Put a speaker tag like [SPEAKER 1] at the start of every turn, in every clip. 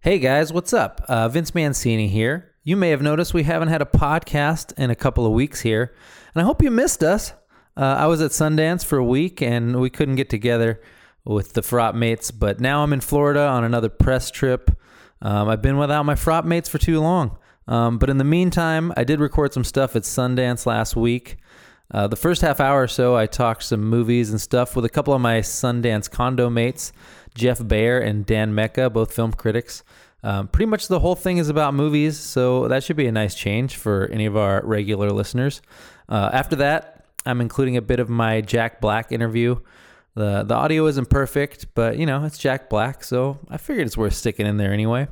[SPEAKER 1] Hey guys, what's up? Uh, Vince Mancini here. You may have noticed we haven't had a podcast in a couple of weeks here, and I hope you missed us. Uh, I was at Sundance for a week and we couldn't get together with the frat mates, but now I'm in Florida on another press trip. Um, I've been without my frat mates for too long. Um, but in the meantime, I did record some stuff at Sundance last week. Uh, the first half hour or so, I talked some movies and stuff with a couple of my Sundance condo mates, Jeff Bayer and Dan Mecca, both film critics. Um, pretty much the whole thing is about movies, so that should be a nice change for any of our regular listeners. Uh, after that, I'm including a bit of my Jack Black interview. The, the audio isn't perfect, but you know, it's Jack Black, so I figured it's worth sticking in there anyway.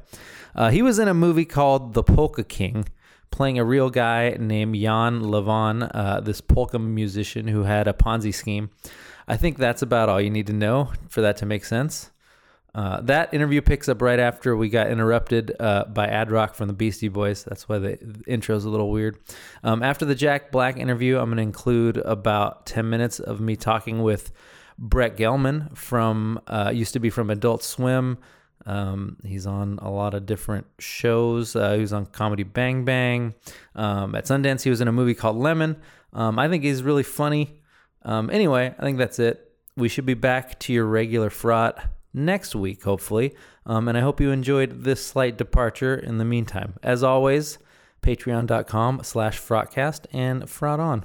[SPEAKER 1] Uh, he was in a movie called The Polka King, playing a real guy named Jan Levon, uh, this polka musician who had a Ponzi scheme. I think that's about all you need to know for that to make sense. Uh, that interview picks up right after we got interrupted uh, by Ad Rock from the Beastie Boys. That's why the the intro's a little weird. Um, after the Jack Black interview, I'm going to include about 10 minutes of me talking with Brett Gelman from uh, used to be from Adult Swim. Um, he's on a lot of different shows. Uh, he was on Comedy Bang Bang. Um, at Sundance, he was in a movie called Lemon. Um, I think he's really funny. Um, anyway, I think that's it. We should be back to your regular frot next week, hopefully. Um, and I hope you enjoyed this slight departure in the meantime. As always, patreon.com slash frotcast and frot on.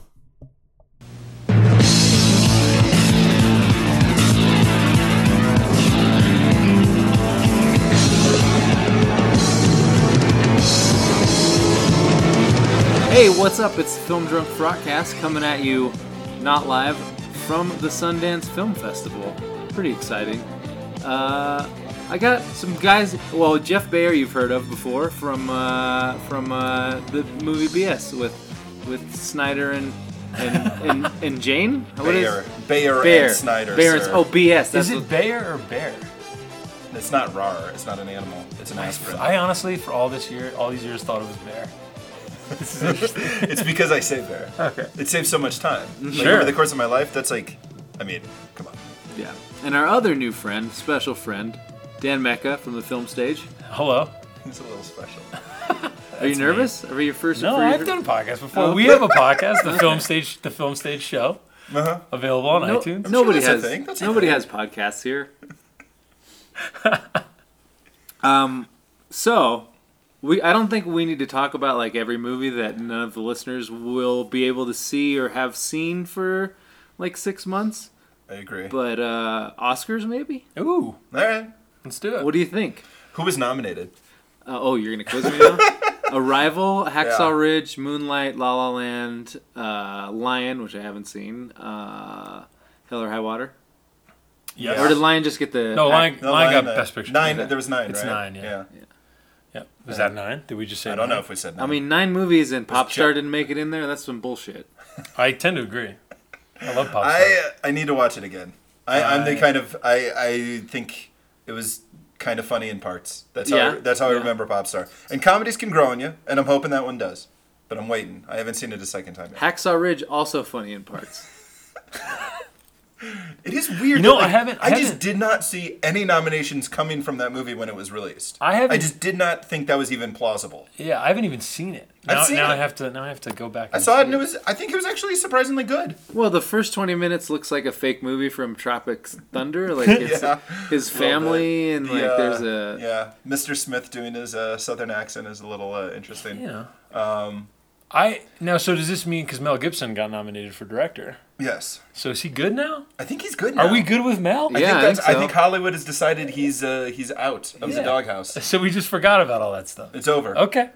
[SPEAKER 1] Hey, what's up? It's Film Drunk Frotcast coming at you, not live, from the Sundance Film Festival. Pretty exciting. Uh, I got some guys. Well, Jeff Bayer, you've heard of before from uh, from uh, the movie BS with with Snyder and and, and, and Jane. What is-
[SPEAKER 2] Bayer. Bayer,
[SPEAKER 1] Bayer.
[SPEAKER 2] and Snyder.
[SPEAKER 1] Bayer.
[SPEAKER 2] sir.
[SPEAKER 1] Oh, BS. That's
[SPEAKER 3] Is
[SPEAKER 1] what-
[SPEAKER 3] it Bayer or Bear?
[SPEAKER 2] It's not RAR. It's not an animal. It's an aspirin.
[SPEAKER 3] I honestly, for all this year, all these years, thought it was Bear. This is interesting.
[SPEAKER 2] it's because I say Bayer.
[SPEAKER 3] Okay. Mm-hmm.
[SPEAKER 2] It saves so much time. Like,
[SPEAKER 3] Sure.
[SPEAKER 2] over the course of my life, that's like, I mean, come on.
[SPEAKER 4] Yeah. And our other new friend, special friend, Dan Mecca from the film stage.
[SPEAKER 3] Hello.
[SPEAKER 2] It's a little special.
[SPEAKER 4] Are you nervous? Are you your first?
[SPEAKER 3] No,
[SPEAKER 4] for your-
[SPEAKER 3] I've done podcasts before.
[SPEAKER 4] Oh.
[SPEAKER 3] We have a podcast, the film stage, the film stage show,
[SPEAKER 2] Uh-huh.
[SPEAKER 3] available on
[SPEAKER 4] No,
[SPEAKER 3] iTunes.
[SPEAKER 4] nobody
[SPEAKER 2] that's a
[SPEAKER 4] has.
[SPEAKER 2] thing. That's a
[SPEAKER 4] Nobody
[SPEAKER 2] thing.
[SPEAKER 4] has podcasts here. um. So. We, I don't think we need to talk about like every movie that none of the listeners will be able to see or have seen for like six months,
[SPEAKER 2] I agree.
[SPEAKER 4] but uh, Oscars maybe.
[SPEAKER 3] Ooh,
[SPEAKER 2] All right.
[SPEAKER 3] let's do it.
[SPEAKER 4] What do you think?
[SPEAKER 2] Who was nominated?
[SPEAKER 4] Uh, oh, you're gonna quiz me now? Arrival, Hacksaw
[SPEAKER 2] Yeah.
[SPEAKER 4] Ridge, Moonlight, La La Land, uh, Lion, which I haven't seen, uh, Hell or High Water.
[SPEAKER 3] yes.
[SPEAKER 4] Or did Lion just get the?
[SPEAKER 3] no, Lion,
[SPEAKER 2] No,
[SPEAKER 3] Lion got
[SPEAKER 2] uh,
[SPEAKER 3] best picture.
[SPEAKER 2] Nine. There was nine.
[SPEAKER 3] It's
[SPEAKER 2] right?
[SPEAKER 3] nine, yeah. Yeah. Was that nine? Did we just say?
[SPEAKER 2] I don't know
[SPEAKER 3] nine?
[SPEAKER 2] if we said. Nine.
[SPEAKER 4] I mean, nine movies and Popstar
[SPEAKER 2] Jack-
[SPEAKER 4] didn't make it in there. That's some bullshit.
[SPEAKER 3] I tend to agree. I love pop.
[SPEAKER 2] I uh, I need to watch it again. I, I, am the
[SPEAKER 3] I-
[SPEAKER 2] kind of I I think it was kind of funny in parts. That's how I,
[SPEAKER 4] Yeah,
[SPEAKER 2] that's how I
[SPEAKER 4] yeah.
[SPEAKER 2] remember Popstar. And comedies can grow on you, and I'm hoping that one does. But I'm waiting. I haven't seen it a second time yet.
[SPEAKER 4] Hacksaw Ridge also funny in parts.
[SPEAKER 2] It is weird.
[SPEAKER 3] You know,
[SPEAKER 2] that, like,
[SPEAKER 3] I haven't-
[SPEAKER 2] I just
[SPEAKER 3] haven't-
[SPEAKER 2] did not see any nominations coming from that movie when it was released.
[SPEAKER 3] I haven't-
[SPEAKER 2] I just did not think that was even plausible.
[SPEAKER 3] yeah, I haven't even seen it.
[SPEAKER 2] I've
[SPEAKER 3] Now,
[SPEAKER 2] seen
[SPEAKER 3] now
[SPEAKER 2] it.
[SPEAKER 3] I have to. Now I have to go back.
[SPEAKER 2] I saw it, and it was. I think it was actually surprisingly good.
[SPEAKER 4] Well, the first twenty minutes looks like a fake movie from Tropic Thunder. Like it's
[SPEAKER 2] Yeah.
[SPEAKER 4] his family and like
[SPEAKER 2] uh,
[SPEAKER 4] there's a
[SPEAKER 2] yeah, Mr. Smith doing his uh, southern accent is a little uh, interesting.
[SPEAKER 3] Yeah. Um, I now. So does this mean because Mel Gibson got nominated for director?
[SPEAKER 2] Yes,
[SPEAKER 3] So is he good now?
[SPEAKER 2] I think he's good.
[SPEAKER 3] Are
[SPEAKER 2] now.
[SPEAKER 3] we good with Mel?
[SPEAKER 2] I
[SPEAKER 4] Yeah,
[SPEAKER 2] think
[SPEAKER 4] I
[SPEAKER 2] that's,
[SPEAKER 4] think so.
[SPEAKER 2] Hollywood has decided he's uh, he's out of the
[SPEAKER 3] Yeah.
[SPEAKER 2] doghouse.
[SPEAKER 3] So we just forgot about all that stuff.
[SPEAKER 2] It's
[SPEAKER 4] Oh.
[SPEAKER 2] over.
[SPEAKER 3] Okay.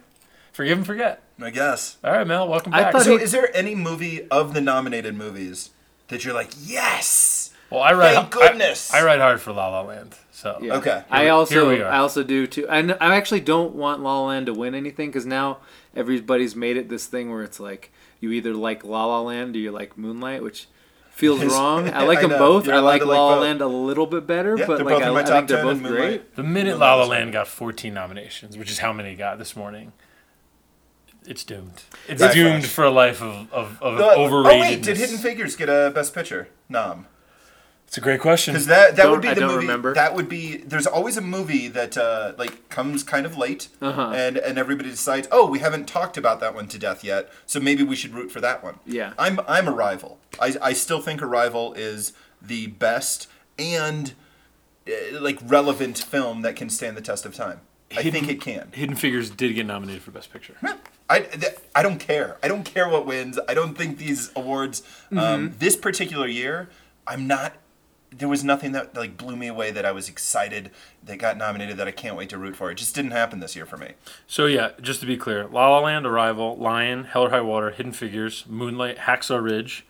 [SPEAKER 3] Forgive and forget.
[SPEAKER 2] I guess.
[SPEAKER 3] All right, Mel, welcome
[SPEAKER 4] I
[SPEAKER 3] back.
[SPEAKER 4] thought
[SPEAKER 2] So,
[SPEAKER 4] he-
[SPEAKER 2] is there any movie of the nominated movies that you're like, yes?
[SPEAKER 3] well, I write.
[SPEAKER 2] Thank
[SPEAKER 3] I-
[SPEAKER 2] goodness.
[SPEAKER 3] I, write hard for La La Land. So
[SPEAKER 4] Yeah.
[SPEAKER 2] Okay.
[SPEAKER 4] I
[SPEAKER 3] Here-
[SPEAKER 4] also
[SPEAKER 3] here we are.
[SPEAKER 4] I also do too. I, kn- I actually don't want La La Land to win anything because now everybody's made it this thing where it's like you either like La La Land or you like Moonlight, which feels wrong. I like
[SPEAKER 2] I
[SPEAKER 4] them
[SPEAKER 2] know.
[SPEAKER 4] both.
[SPEAKER 2] You're
[SPEAKER 4] I
[SPEAKER 2] allowed
[SPEAKER 4] like
[SPEAKER 2] to like
[SPEAKER 4] La La
[SPEAKER 2] both.
[SPEAKER 4] Land a little bit better,
[SPEAKER 2] Yeah,
[SPEAKER 4] but
[SPEAKER 2] they're
[SPEAKER 4] like
[SPEAKER 2] both in
[SPEAKER 4] I,
[SPEAKER 2] my
[SPEAKER 4] I
[SPEAKER 2] top
[SPEAKER 4] think they're
[SPEAKER 2] 10 and
[SPEAKER 4] both great.
[SPEAKER 2] Moonlight.
[SPEAKER 3] the minute La La Land got 14 nominations, which is how many it got this morning, it's doomed. It's
[SPEAKER 2] Backlash.
[SPEAKER 3] doomed oh, for a life of, of, of
[SPEAKER 2] No,
[SPEAKER 3] overrated.
[SPEAKER 2] Oh wait, did Hidden Figures get a Best Picture nom?
[SPEAKER 3] It's a great question.
[SPEAKER 2] Because that that
[SPEAKER 1] Don't-
[SPEAKER 2] would be
[SPEAKER 1] I
[SPEAKER 2] the
[SPEAKER 1] don't
[SPEAKER 2] movie.
[SPEAKER 1] remember.
[SPEAKER 2] That would be. There's always a movie that uh, like comes kind of late,
[SPEAKER 1] Uh-huh.
[SPEAKER 2] and and everybody decides, oh, we haven't talked about that one to death yet, so maybe we should root for that one.
[SPEAKER 1] Yeah.
[SPEAKER 2] I'm I'm Arrival. I I still think Arrival is the best and uh, like relevant film that can stand the test of time. I think it can.
[SPEAKER 3] Hidden Figures did get nominated for Best Picture.
[SPEAKER 2] I, th- I don't care. I don't care what wins. I don't think these awards
[SPEAKER 3] Mm-hmm.
[SPEAKER 2] um, this particular year. I'm not. There was nothing that like blew me away that I was excited that got nominated that I can't wait to root for. It just didn't happen this year for me.
[SPEAKER 3] So yeah, just to be clear, La La Land, Arrival, Lion, Hell or High Water, Hidden Figures, Moonlight, Hacksaw Ridge,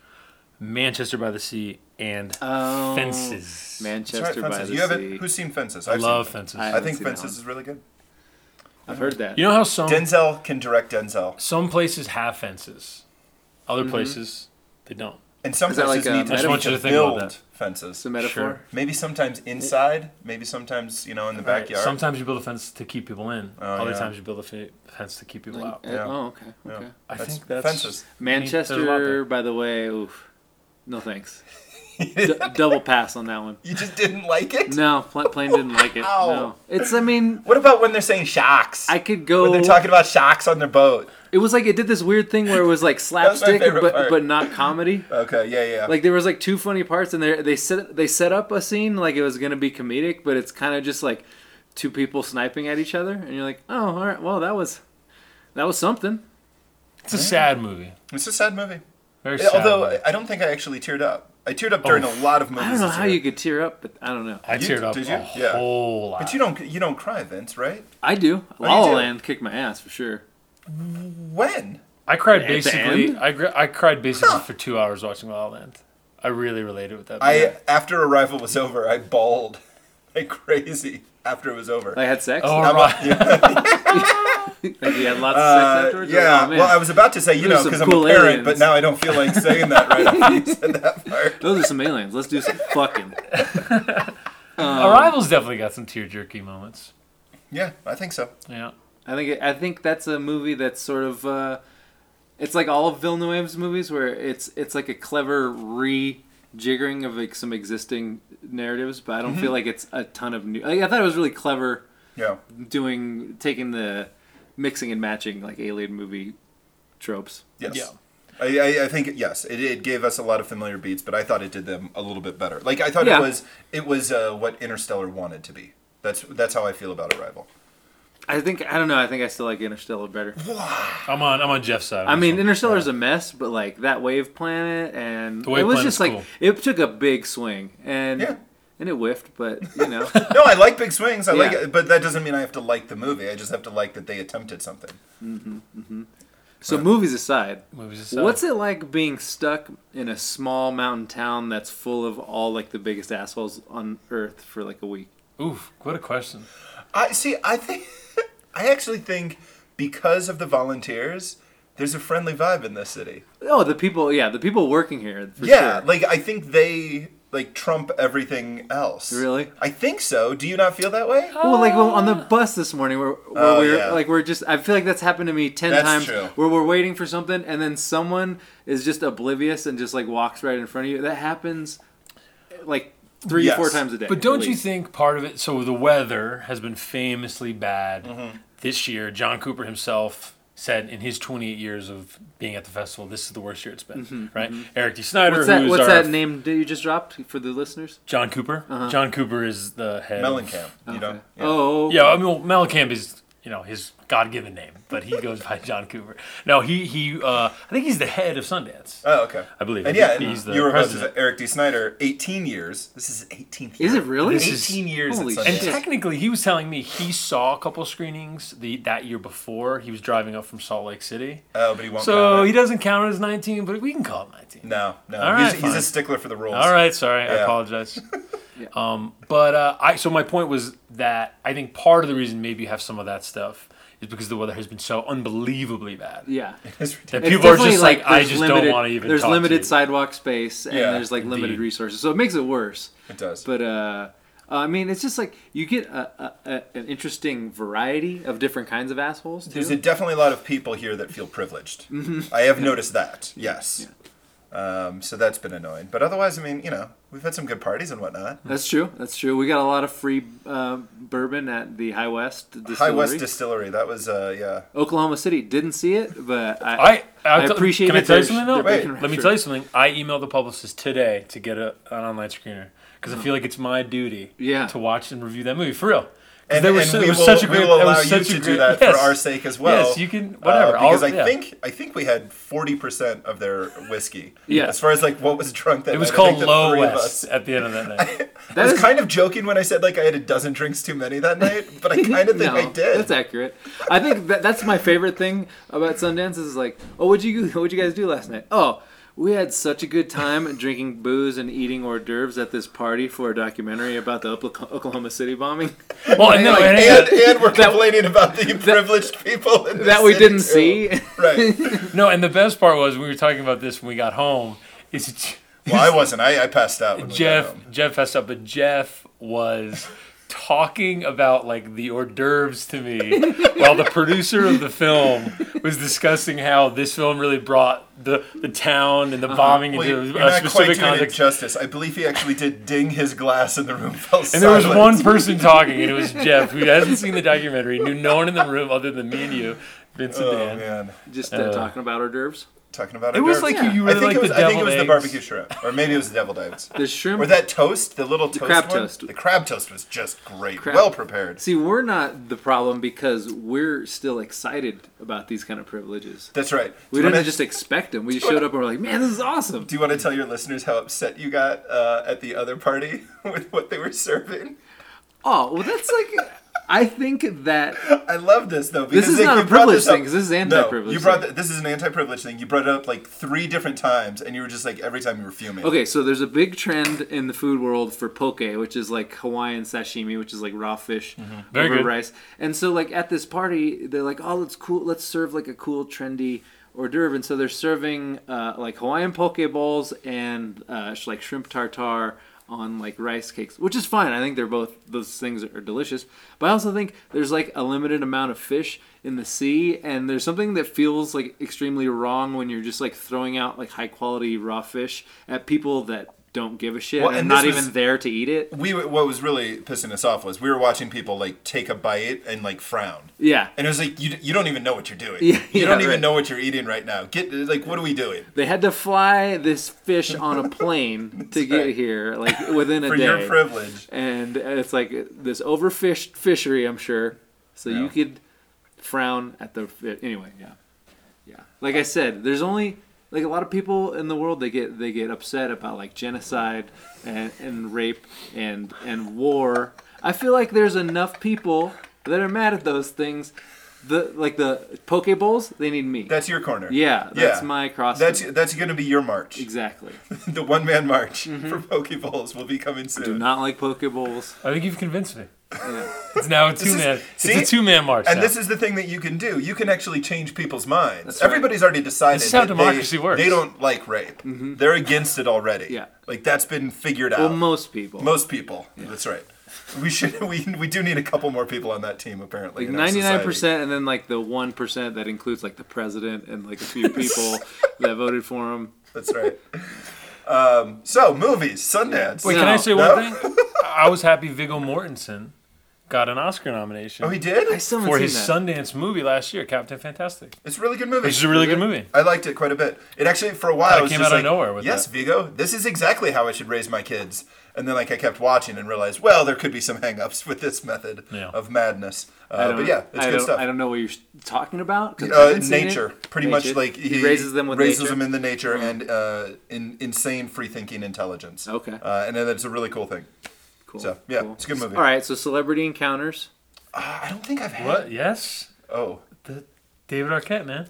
[SPEAKER 3] Manchester by the Sea, and
[SPEAKER 1] Oh,
[SPEAKER 3] Fences.
[SPEAKER 2] That's right,
[SPEAKER 1] Manchester by
[SPEAKER 2] Fences.
[SPEAKER 1] the
[SPEAKER 2] You
[SPEAKER 1] Sea.
[SPEAKER 2] haven't. Who's seen Fences?
[SPEAKER 3] I
[SPEAKER 2] I've
[SPEAKER 3] love
[SPEAKER 2] seen it.
[SPEAKER 3] Fences.
[SPEAKER 1] I-
[SPEAKER 2] I think
[SPEAKER 1] haven't seen that
[SPEAKER 2] Fences
[SPEAKER 1] one.
[SPEAKER 2] is really good.
[SPEAKER 1] I've heard that.
[SPEAKER 3] you know how some
[SPEAKER 2] Denzel can direct Denzel,
[SPEAKER 3] some places have fences, other
[SPEAKER 2] Mm-hmm.
[SPEAKER 3] places they don't.
[SPEAKER 2] and some
[SPEAKER 1] Is that
[SPEAKER 2] places
[SPEAKER 1] like a
[SPEAKER 2] need
[SPEAKER 1] I just
[SPEAKER 2] to,
[SPEAKER 3] want you
[SPEAKER 2] to
[SPEAKER 3] to think about
[SPEAKER 2] build
[SPEAKER 3] that.
[SPEAKER 2] fences.
[SPEAKER 1] it's a metaphor.
[SPEAKER 3] Sure.
[SPEAKER 2] Maybe sometimes inside. Maybe sometimes you know in the
[SPEAKER 3] Right.
[SPEAKER 2] backyard. Oh,
[SPEAKER 3] Sometimes you build a fence to keep people in. other
[SPEAKER 2] yeah.
[SPEAKER 3] times you build a fe- fence to keep people out.
[SPEAKER 1] Uh,
[SPEAKER 2] Yeah.
[SPEAKER 1] Oh, okay. okay.
[SPEAKER 3] I
[SPEAKER 2] That's
[SPEAKER 3] think that's
[SPEAKER 2] Fences.
[SPEAKER 3] I mean, there's a lot
[SPEAKER 1] Manchester,
[SPEAKER 3] there.
[SPEAKER 1] by the way, oof. No thanks. D- double pass on that one.
[SPEAKER 2] You just didn't like it.
[SPEAKER 1] No, pl- plane didn't like it. No.
[SPEAKER 2] Wow.
[SPEAKER 1] It's, I mean,
[SPEAKER 2] What about when they're saying shocks?
[SPEAKER 1] I could go.
[SPEAKER 2] when they're talking about shocks on their boat.
[SPEAKER 1] It was like it did this weird thing where it was like
[SPEAKER 2] my
[SPEAKER 1] slapstick,
[SPEAKER 2] favorite
[SPEAKER 1] but
[SPEAKER 2] part.
[SPEAKER 1] but not comedy.
[SPEAKER 2] Okay, yeah, yeah.
[SPEAKER 1] Like there was like two funny parts, and they they set they set up a scene like it was gonna be comedic, but it's kind of just like two people sniping at each other, and you're like, oh, all right, well that was that was something.
[SPEAKER 3] It's a sad movie.
[SPEAKER 2] it's a sad movie.
[SPEAKER 3] Very sad.
[SPEAKER 2] Although
[SPEAKER 3] movie.
[SPEAKER 2] I- I don't think I actually teared up. I teared up during
[SPEAKER 3] Oh.
[SPEAKER 2] a lot of movies.
[SPEAKER 1] I don't know
[SPEAKER 2] this
[SPEAKER 1] how
[SPEAKER 2] year.
[SPEAKER 1] you could tear up, but I don't know.
[SPEAKER 3] I
[SPEAKER 2] You-
[SPEAKER 3] teared up
[SPEAKER 2] did you?
[SPEAKER 3] a
[SPEAKER 2] Yeah.
[SPEAKER 3] whole lot.
[SPEAKER 2] But you don't you don't cry, Vince, right?
[SPEAKER 1] I do.
[SPEAKER 2] Oh, you
[SPEAKER 1] La La
[SPEAKER 2] do.
[SPEAKER 1] Land kicked my ass for sure.
[SPEAKER 2] When?
[SPEAKER 3] I cried
[SPEAKER 1] At the
[SPEAKER 3] basically.
[SPEAKER 1] end?
[SPEAKER 3] I, gr- I cried basically
[SPEAKER 2] Huh.
[SPEAKER 3] for two hours watching La La Land. I really related with that. movie.
[SPEAKER 2] I after Arrival was over, I bawled like crazy after it was over.
[SPEAKER 1] I had sex.
[SPEAKER 3] oh
[SPEAKER 1] Oh,
[SPEAKER 3] right.
[SPEAKER 1] like you had lots of sex
[SPEAKER 2] Uh,
[SPEAKER 1] afterwards.
[SPEAKER 2] yeah.
[SPEAKER 1] Oh, man.
[SPEAKER 2] well, I was about to say, you
[SPEAKER 1] There's
[SPEAKER 2] know,
[SPEAKER 1] some
[SPEAKER 2] because I'm
[SPEAKER 1] cool
[SPEAKER 2] a parent, but
[SPEAKER 1] aliens.
[SPEAKER 2] now I don't feel like saying that right after you said that part.
[SPEAKER 1] Those are some aliens. Let's do some fucking.
[SPEAKER 3] Arrival's definitely got some tear jerky moments.
[SPEAKER 2] Yeah, I think so.
[SPEAKER 3] Yeah.
[SPEAKER 1] I think it, I think that's a movie that's sort of uh, it's like all of Villeneuve's movies where it's it's like a clever rejiggering of like some existing narratives, but I don't
[SPEAKER 2] Mm-hmm.
[SPEAKER 1] feel like it's a ton of new. Like, I thought it was really clever
[SPEAKER 2] Yeah.
[SPEAKER 1] doing taking the mixing and matching like alien movie tropes.
[SPEAKER 2] Yes.
[SPEAKER 3] Yeah.
[SPEAKER 2] I, I, I think yes, it, it gave us a lot of familiar beats, but I thought it did them a little bit better. Like I thought
[SPEAKER 1] Yeah.
[SPEAKER 2] it was it was uh, what Interstellar wanted to be. That's that's how I feel about Arrival.
[SPEAKER 1] I think I don't know. I think I still like Interstellar better.
[SPEAKER 3] I'm on. I'm on Jeff's side.
[SPEAKER 1] I
[SPEAKER 3] on this
[SPEAKER 1] mean,
[SPEAKER 3] one.
[SPEAKER 1] Interstellar's a mess, but like that wave planet and
[SPEAKER 3] The wave
[SPEAKER 1] it was
[SPEAKER 3] planet's
[SPEAKER 1] just like
[SPEAKER 3] cool.
[SPEAKER 1] it took a big swing and
[SPEAKER 2] Yeah.
[SPEAKER 1] and it whiffed, but you know.
[SPEAKER 2] No, I like big swings. I like
[SPEAKER 1] Yeah.
[SPEAKER 2] it, but that doesn't mean I have to like the movie. I just have to like that they attempted something.
[SPEAKER 1] So movies aside,
[SPEAKER 3] Movies aside.
[SPEAKER 1] what's it like being stuck in a small mountain town that's full of all like the biggest assholes on earth for like a week?
[SPEAKER 3] Oof. What a question.
[SPEAKER 2] I see. I think I actually think because of the volunteers, there's a friendly vibe in this city.
[SPEAKER 1] Oh, the people, yeah, the people working here. For
[SPEAKER 2] yeah,
[SPEAKER 1] sure.
[SPEAKER 2] like I think they like trump everything else.
[SPEAKER 1] Really?
[SPEAKER 2] I think so. Do you not feel that way?
[SPEAKER 1] well, like well, on
[SPEAKER 3] Oh.
[SPEAKER 1] the bus this morning, where, where
[SPEAKER 2] Oh,
[SPEAKER 1] we're
[SPEAKER 2] yeah.
[SPEAKER 1] like we're just. I feel like that's happened to me ten
[SPEAKER 2] That's
[SPEAKER 1] times.
[SPEAKER 2] true.
[SPEAKER 1] Where we're waiting for something, and then someone is just oblivious and just like walks right in front of you. That happens, like three,
[SPEAKER 2] Yes.
[SPEAKER 1] four times a day.
[SPEAKER 3] But
[SPEAKER 1] at
[SPEAKER 3] don't you
[SPEAKER 1] least.
[SPEAKER 3] think part of it? So the weather has been famously bad this year. John Cooper himself said in his 28 years of being at the festival, this is the worst year it's been. Right? Eric D. Snyder,
[SPEAKER 1] Mm-hmm, What's that?
[SPEAKER 3] who's
[SPEAKER 1] What's
[SPEAKER 3] our
[SPEAKER 1] that Uh-huh. name that you just dropped for the listeners?
[SPEAKER 3] John Cooper. John Cooper is the head. of-
[SPEAKER 2] Mellencamp. You know.
[SPEAKER 1] Okay. Oh,
[SPEAKER 3] Yeah, I mean, well, Mellencamp is you know his God-given name, but he goes by John Cooper. No, he he. Uh, I think he's the head of Sundance.
[SPEAKER 2] Oh, okay.
[SPEAKER 3] I believe.
[SPEAKER 2] And
[SPEAKER 3] I
[SPEAKER 2] yeah,
[SPEAKER 3] think
[SPEAKER 2] and
[SPEAKER 3] he's the
[SPEAKER 2] you were hosted
[SPEAKER 3] president.
[SPEAKER 2] Eric D. Snyder, 18 years. This is his 18th year.
[SPEAKER 1] Is it really?
[SPEAKER 3] This is-
[SPEAKER 2] 18 years.
[SPEAKER 1] Holy
[SPEAKER 2] at
[SPEAKER 1] shit.
[SPEAKER 3] And
[SPEAKER 2] Sundance.
[SPEAKER 3] technically, he was telling me he saw a couple screenings the that year before. He was driving up from Salt Lake City,
[SPEAKER 2] Oh, but he won't.
[SPEAKER 3] so
[SPEAKER 2] count
[SPEAKER 3] he
[SPEAKER 2] it.
[SPEAKER 3] doesn't count it as 19, but we can call it 19.
[SPEAKER 2] No, no.
[SPEAKER 3] All
[SPEAKER 2] he's,
[SPEAKER 3] right,
[SPEAKER 2] he's
[SPEAKER 3] fine.
[SPEAKER 2] a stickler for the rules.
[SPEAKER 3] All right, sorry, I
[SPEAKER 2] Yeah.
[SPEAKER 3] apologize. Um, but uh, I so my point was that I think part of the reason maybe you have some of that stuff is because the weather has been so unbelievably bad.
[SPEAKER 1] yeah.
[SPEAKER 2] It's ridiculous.
[SPEAKER 3] That
[SPEAKER 1] It's
[SPEAKER 3] people are
[SPEAKER 1] definitely,
[SPEAKER 3] just like, I
[SPEAKER 1] there's
[SPEAKER 3] just
[SPEAKER 1] limited-
[SPEAKER 3] don't want to even.
[SPEAKER 1] There's
[SPEAKER 3] talk to
[SPEAKER 1] limited
[SPEAKER 3] you."
[SPEAKER 1] sidewalk space and
[SPEAKER 2] Yeah,
[SPEAKER 1] there's like limited
[SPEAKER 3] indeed.
[SPEAKER 1] resources, so it makes it worse.
[SPEAKER 2] It does.
[SPEAKER 1] But uh, I mean, it's just like you get a, a, a, an interesting variety of different kinds of assholes. Too.
[SPEAKER 2] There's a, definitely a lot of people here that feel privileged.
[SPEAKER 1] Mm-hmm.
[SPEAKER 2] I have noticed that. Yes. Um, so that's been annoying. But otherwise, I mean, you know, We've had some good parties and whatnot.
[SPEAKER 1] That's true. That's true. We got a lot of free uh, bourbon at the High West Distillery.
[SPEAKER 2] High West Distillery. That was uh yeah.
[SPEAKER 1] Oklahoma City. Didn't see it, but I,
[SPEAKER 3] I, I,
[SPEAKER 1] I appreciate
[SPEAKER 3] Can I
[SPEAKER 1] it.
[SPEAKER 3] tell you
[SPEAKER 1] They're-
[SPEAKER 3] something though?
[SPEAKER 1] they're
[SPEAKER 2] Wait,
[SPEAKER 1] making
[SPEAKER 3] Let me
[SPEAKER 1] sure.
[SPEAKER 3] tell you something. I emailed the publicist today to get a, an online screener because I feel like it's my duty
[SPEAKER 1] Uh-huh. Yeah.
[SPEAKER 3] to watch and review that movie for real. 'Cause
[SPEAKER 2] And,
[SPEAKER 3] there
[SPEAKER 2] and
[SPEAKER 3] was so-
[SPEAKER 2] we,
[SPEAKER 3] it
[SPEAKER 2] will,
[SPEAKER 3] was such a
[SPEAKER 2] we
[SPEAKER 3] great-
[SPEAKER 2] will
[SPEAKER 3] it was
[SPEAKER 2] allow you
[SPEAKER 3] such
[SPEAKER 2] to
[SPEAKER 3] a
[SPEAKER 2] do
[SPEAKER 3] great-
[SPEAKER 2] that
[SPEAKER 3] yes.
[SPEAKER 2] for our sake as well.
[SPEAKER 3] Yes, you can- whatever,
[SPEAKER 2] Uh, because i
[SPEAKER 3] I'll- yeah.
[SPEAKER 2] think I think we had forty percent of their whiskey.
[SPEAKER 1] Yeah.
[SPEAKER 2] As far as like what was drunk that
[SPEAKER 3] It was
[SPEAKER 2] night, I think
[SPEAKER 3] called
[SPEAKER 2] the
[SPEAKER 3] Low
[SPEAKER 2] three of us-
[SPEAKER 3] West at the end of that night.
[SPEAKER 2] I was
[SPEAKER 1] is-
[SPEAKER 2] kind of joking when I said like I had a dozen drinks too many that night, but I kind of think
[SPEAKER 1] no,
[SPEAKER 2] I did.
[SPEAKER 1] That's accurate. I think that, that's my favorite thing about Sundance is like, oh, what'd you what'd you guys do last night? Oh, we had such a good time drinking booze and eating hors d'oeuvres at this party for a documentary about the Opla- Oklahoma City bombing
[SPEAKER 3] Well, and, no,
[SPEAKER 2] Like,
[SPEAKER 3] Oh, and,
[SPEAKER 2] and,
[SPEAKER 3] and-
[SPEAKER 2] and we're complaining about the privileged people in
[SPEAKER 1] that
[SPEAKER 2] the
[SPEAKER 1] we
[SPEAKER 2] city,
[SPEAKER 1] didn't
[SPEAKER 2] too.
[SPEAKER 1] see.
[SPEAKER 2] Right.
[SPEAKER 3] no, and the best part was we were talking about this when we got home. Is
[SPEAKER 2] Well, I wasn't. I, I passed out. When we got
[SPEAKER 3] Jeff
[SPEAKER 2] home.
[SPEAKER 3] Jeff messed up, but Jeff was talking about like the hors d'oeuvres to me while the producer of the film was discussing how this film really brought the, the town and the bombing
[SPEAKER 2] Wait,
[SPEAKER 3] into
[SPEAKER 2] Uh-huh. you're not
[SPEAKER 3] a
[SPEAKER 2] quite
[SPEAKER 3] specific
[SPEAKER 2] doing it
[SPEAKER 3] context.
[SPEAKER 2] justice. I believe he actually did ding his glass, and the room fell
[SPEAKER 3] And there was
[SPEAKER 2] silent.
[SPEAKER 3] one person talking, and it was Jeff, who hasn't seen the documentary, knew no one in the room other than me and you, Vincent
[SPEAKER 2] Oh
[SPEAKER 3] Dan.
[SPEAKER 2] man,
[SPEAKER 1] Just uh, talking about hors d'oeuvres.
[SPEAKER 2] talking about
[SPEAKER 3] It
[SPEAKER 2] hors
[SPEAKER 3] was
[SPEAKER 2] d'oeuvres.
[SPEAKER 3] like you- you
[SPEAKER 2] I
[SPEAKER 3] really
[SPEAKER 2] think
[SPEAKER 3] like
[SPEAKER 2] it was.
[SPEAKER 3] the
[SPEAKER 2] I think it
[SPEAKER 3] deviled
[SPEAKER 2] was the
[SPEAKER 3] eggs.
[SPEAKER 2] barbecue shrimp, or maybe it was the deviled eggs.
[SPEAKER 1] The shrimp.
[SPEAKER 2] Or that toast, the little toast
[SPEAKER 1] crab
[SPEAKER 2] one?
[SPEAKER 1] toast.
[SPEAKER 2] The crab toast was just great.
[SPEAKER 1] Crab-
[SPEAKER 2] Well prepared.
[SPEAKER 1] See, we're not the problem because we're still excited about these kind of privileges.
[SPEAKER 2] That's
[SPEAKER 1] We
[SPEAKER 2] right. do, you
[SPEAKER 1] didn't
[SPEAKER 2] wanna,
[SPEAKER 1] just expect them. We just showed up and we're like, man, this is awesome.
[SPEAKER 2] do you want to tell your listeners how upset you got uh, at the other party with what they were serving?
[SPEAKER 1] Oh, well, that's like, I think that
[SPEAKER 2] I love this though. Because
[SPEAKER 1] is
[SPEAKER 2] they-
[SPEAKER 1] not
[SPEAKER 2] you
[SPEAKER 1] a
[SPEAKER 2] brought
[SPEAKER 1] privilege
[SPEAKER 2] up-
[SPEAKER 1] thing, 'cause this is
[SPEAKER 2] No,
[SPEAKER 1] anti-privilege
[SPEAKER 2] you brought the, this is an anti-privilege thing. You brought it up like three different times, and you were just like every time you were fuming.
[SPEAKER 1] Okay, so there's a big trend in the food world for poke, which is like Hawaiian sashimi, which is like raw fish
[SPEAKER 2] Mm-hmm.
[SPEAKER 3] Very
[SPEAKER 1] over
[SPEAKER 3] good.
[SPEAKER 1] rice. And so like at this party, they're like, "Oh, let's cool, let's serve like a cool, trendy hors d'oeuvre." And so they're serving uh, like Hawaiian poke bowls and uh, sh- like shrimp tartare on like rice cakes, which is fine. I think they're both those things are delicious. But I also think there's like a limited amount of fish in the sea, and there's something that feels like extremely wrong when you're just like throwing out like high quality raw fish at people that don't give a shit
[SPEAKER 2] Well,
[SPEAKER 1] and,
[SPEAKER 2] and
[SPEAKER 1] not
[SPEAKER 2] this was-
[SPEAKER 1] even there to eat it.
[SPEAKER 2] We were- what was really pissing us off was we were watching people like take a bite and like frown.
[SPEAKER 1] Yeah.
[SPEAKER 2] And it was like you, you don't even know what you're doing.
[SPEAKER 1] Yeah,
[SPEAKER 2] you
[SPEAKER 1] yeah,
[SPEAKER 2] don't even
[SPEAKER 1] right.
[SPEAKER 2] know what you're eating right now. Get like what are we doing?
[SPEAKER 1] They had to fly this fish on a plane to get
[SPEAKER 2] right.
[SPEAKER 1] here, like within a
[SPEAKER 2] For
[SPEAKER 1] day.
[SPEAKER 2] your privilege.
[SPEAKER 1] and it's like this overfished fishery, I'm sure. So you
[SPEAKER 2] Yeah.
[SPEAKER 1] could frown at the fi- anyway. Yeah, yeah. Like I said, there's only like a lot of people in the world they get they get upset about like genocide and, and rape and and war. I feel like there's enough people that are mad at those things. The like the poke bowls, they need me.
[SPEAKER 2] That's your corner.
[SPEAKER 1] yeah, that's my cross.
[SPEAKER 2] That's that's going to be your march.
[SPEAKER 1] exactly.
[SPEAKER 2] the one man march for Pokeballs will be coming soon.
[SPEAKER 1] Mm-hmm. Do not like poke bowls.
[SPEAKER 3] I think you've convinced me.
[SPEAKER 1] Yeah.
[SPEAKER 3] It's now a
[SPEAKER 2] is-
[SPEAKER 3] two man.
[SPEAKER 2] see?
[SPEAKER 3] It's a two man march.
[SPEAKER 2] and
[SPEAKER 3] now.
[SPEAKER 2] this is the thing that you can do. You can actually change people's minds.
[SPEAKER 1] right.
[SPEAKER 2] Everybody's already decided.
[SPEAKER 3] This is how
[SPEAKER 2] that
[SPEAKER 3] democracy
[SPEAKER 2] they,
[SPEAKER 3] works.
[SPEAKER 2] They don't like rape. They're against it already.
[SPEAKER 1] Mm-hmm. Yeah.
[SPEAKER 2] Like that's been figured out.
[SPEAKER 1] Well, most people.
[SPEAKER 2] Most people. That's right. We should. We we do need a couple more people on that team. Apparently, in our
[SPEAKER 1] Ninety-nine
[SPEAKER 2] society.
[SPEAKER 1] percent, and then like the one percent that includes like the president and like a few people that voted for him.
[SPEAKER 2] That's right. Um, so movies, Sundance.
[SPEAKER 3] Wait, can I
[SPEAKER 1] No.
[SPEAKER 3] say one
[SPEAKER 2] No?
[SPEAKER 3] thing? I was happy Viggo Mortensen got an Oscar nomination
[SPEAKER 2] Oh, he did.
[SPEAKER 1] I still haven't
[SPEAKER 3] for
[SPEAKER 1] seen
[SPEAKER 3] his
[SPEAKER 1] that.
[SPEAKER 3] Sundance movie last year, Captain Fantastic,
[SPEAKER 2] It's a really good movie.
[SPEAKER 3] which is a really good movie.
[SPEAKER 2] I liked it quite a bit. It actually, for a while,
[SPEAKER 3] Kinda
[SPEAKER 2] I was
[SPEAKER 3] came
[SPEAKER 2] just
[SPEAKER 3] out of
[SPEAKER 2] like,
[SPEAKER 3] nowhere with
[SPEAKER 2] "Yes,
[SPEAKER 3] that.
[SPEAKER 2] Vigo, this is exactly how I should raise my kids." And then, like, I kept watching and realized, well, there could be some hangups with this method
[SPEAKER 3] Yeah.
[SPEAKER 2] of madness.
[SPEAKER 1] I
[SPEAKER 2] Uh,
[SPEAKER 1] don't-
[SPEAKER 2] but yeah, it's
[SPEAKER 1] I
[SPEAKER 2] good
[SPEAKER 1] don't,
[SPEAKER 2] stuff.
[SPEAKER 1] I don't know what you're talking about. 'cause I
[SPEAKER 2] uh,
[SPEAKER 1] haven't seen it.
[SPEAKER 2] nature, pretty much
[SPEAKER 1] Nature.
[SPEAKER 2] like
[SPEAKER 1] he, raises them with
[SPEAKER 2] raises
[SPEAKER 1] nature. Oh.
[SPEAKER 2] them in the nature and uh, in insane free thinking intelligence.
[SPEAKER 1] Okay.
[SPEAKER 2] uh, and that's a really cool thing.
[SPEAKER 1] cool.
[SPEAKER 2] so, yeah, it's a good movie.
[SPEAKER 1] All right, so celebrity encounters.
[SPEAKER 2] Uh, I don't think I've had.
[SPEAKER 3] What? Yes,
[SPEAKER 2] Oh,
[SPEAKER 3] the David Arquette man.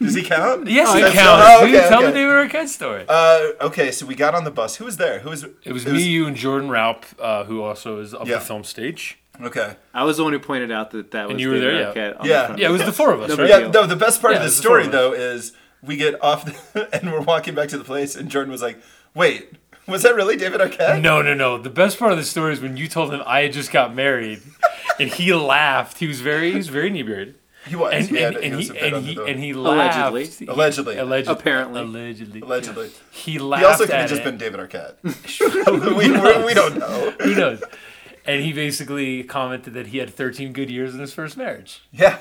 [SPEAKER 2] does he count?
[SPEAKER 3] Yes, it
[SPEAKER 2] That's-
[SPEAKER 3] counts.
[SPEAKER 2] oh,
[SPEAKER 3] Dude,
[SPEAKER 2] okay,
[SPEAKER 3] tell
[SPEAKER 2] okay.
[SPEAKER 3] the David Arquette story.
[SPEAKER 2] Uh, okay, so we got on the bus. Who was there? Who was?
[SPEAKER 3] it was me, you, and Jordan Raup, uh, who also is up
[SPEAKER 2] Yeah.
[SPEAKER 3] the film stage.
[SPEAKER 2] Okay.
[SPEAKER 1] I was the one who pointed out that that was
[SPEAKER 3] you were there,
[SPEAKER 1] David
[SPEAKER 3] yeah.
[SPEAKER 1] Arquette on
[SPEAKER 2] Yeah.
[SPEAKER 1] the front.
[SPEAKER 3] Yeah, it was the four of us,
[SPEAKER 1] No,
[SPEAKER 3] right?
[SPEAKER 2] Yeah,
[SPEAKER 1] deal.
[SPEAKER 2] no, the best part
[SPEAKER 3] Yeah,
[SPEAKER 2] of the
[SPEAKER 3] it's the
[SPEAKER 2] story,
[SPEAKER 3] four of us.
[SPEAKER 2] though, is we get off the, and we're walking back to the place, and Jordan was like, wait, was that really David Arquette?
[SPEAKER 3] No, no, no. The best part of the story is when you told him I had just got married, and he laughed. He was very, he was very inebriated,
[SPEAKER 2] He was.
[SPEAKER 3] and,
[SPEAKER 2] he had,
[SPEAKER 3] and,
[SPEAKER 2] he
[SPEAKER 3] and
[SPEAKER 2] was
[SPEAKER 3] he,
[SPEAKER 2] a bit
[SPEAKER 3] and
[SPEAKER 2] under
[SPEAKER 3] he
[SPEAKER 2] the-
[SPEAKER 3] and he laughed.
[SPEAKER 1] Allegedly.
[SPEAKER 3] He-
[SPEAKER 2] Allegedly.
[SPEAKER 3] Allegedly.
[SPEAKER 1] Apparently.
[SPEAKER 3] Allegedly.
[SPEAKER 2] Allegedly.
[SPEAKER 3] He laughed.
[SPEAKER 2] He also could
[SPEAKER 3] at
[SPEAKER 2] have just
[SPEAKER 3] it.
[SPEAKER 2] been David Arquette. we, we, we don't know.
[SPEAKER 3] Who knows? And he basically commented that he had 13 good years in his first marriage,
[SPEAKER 2] Yeah,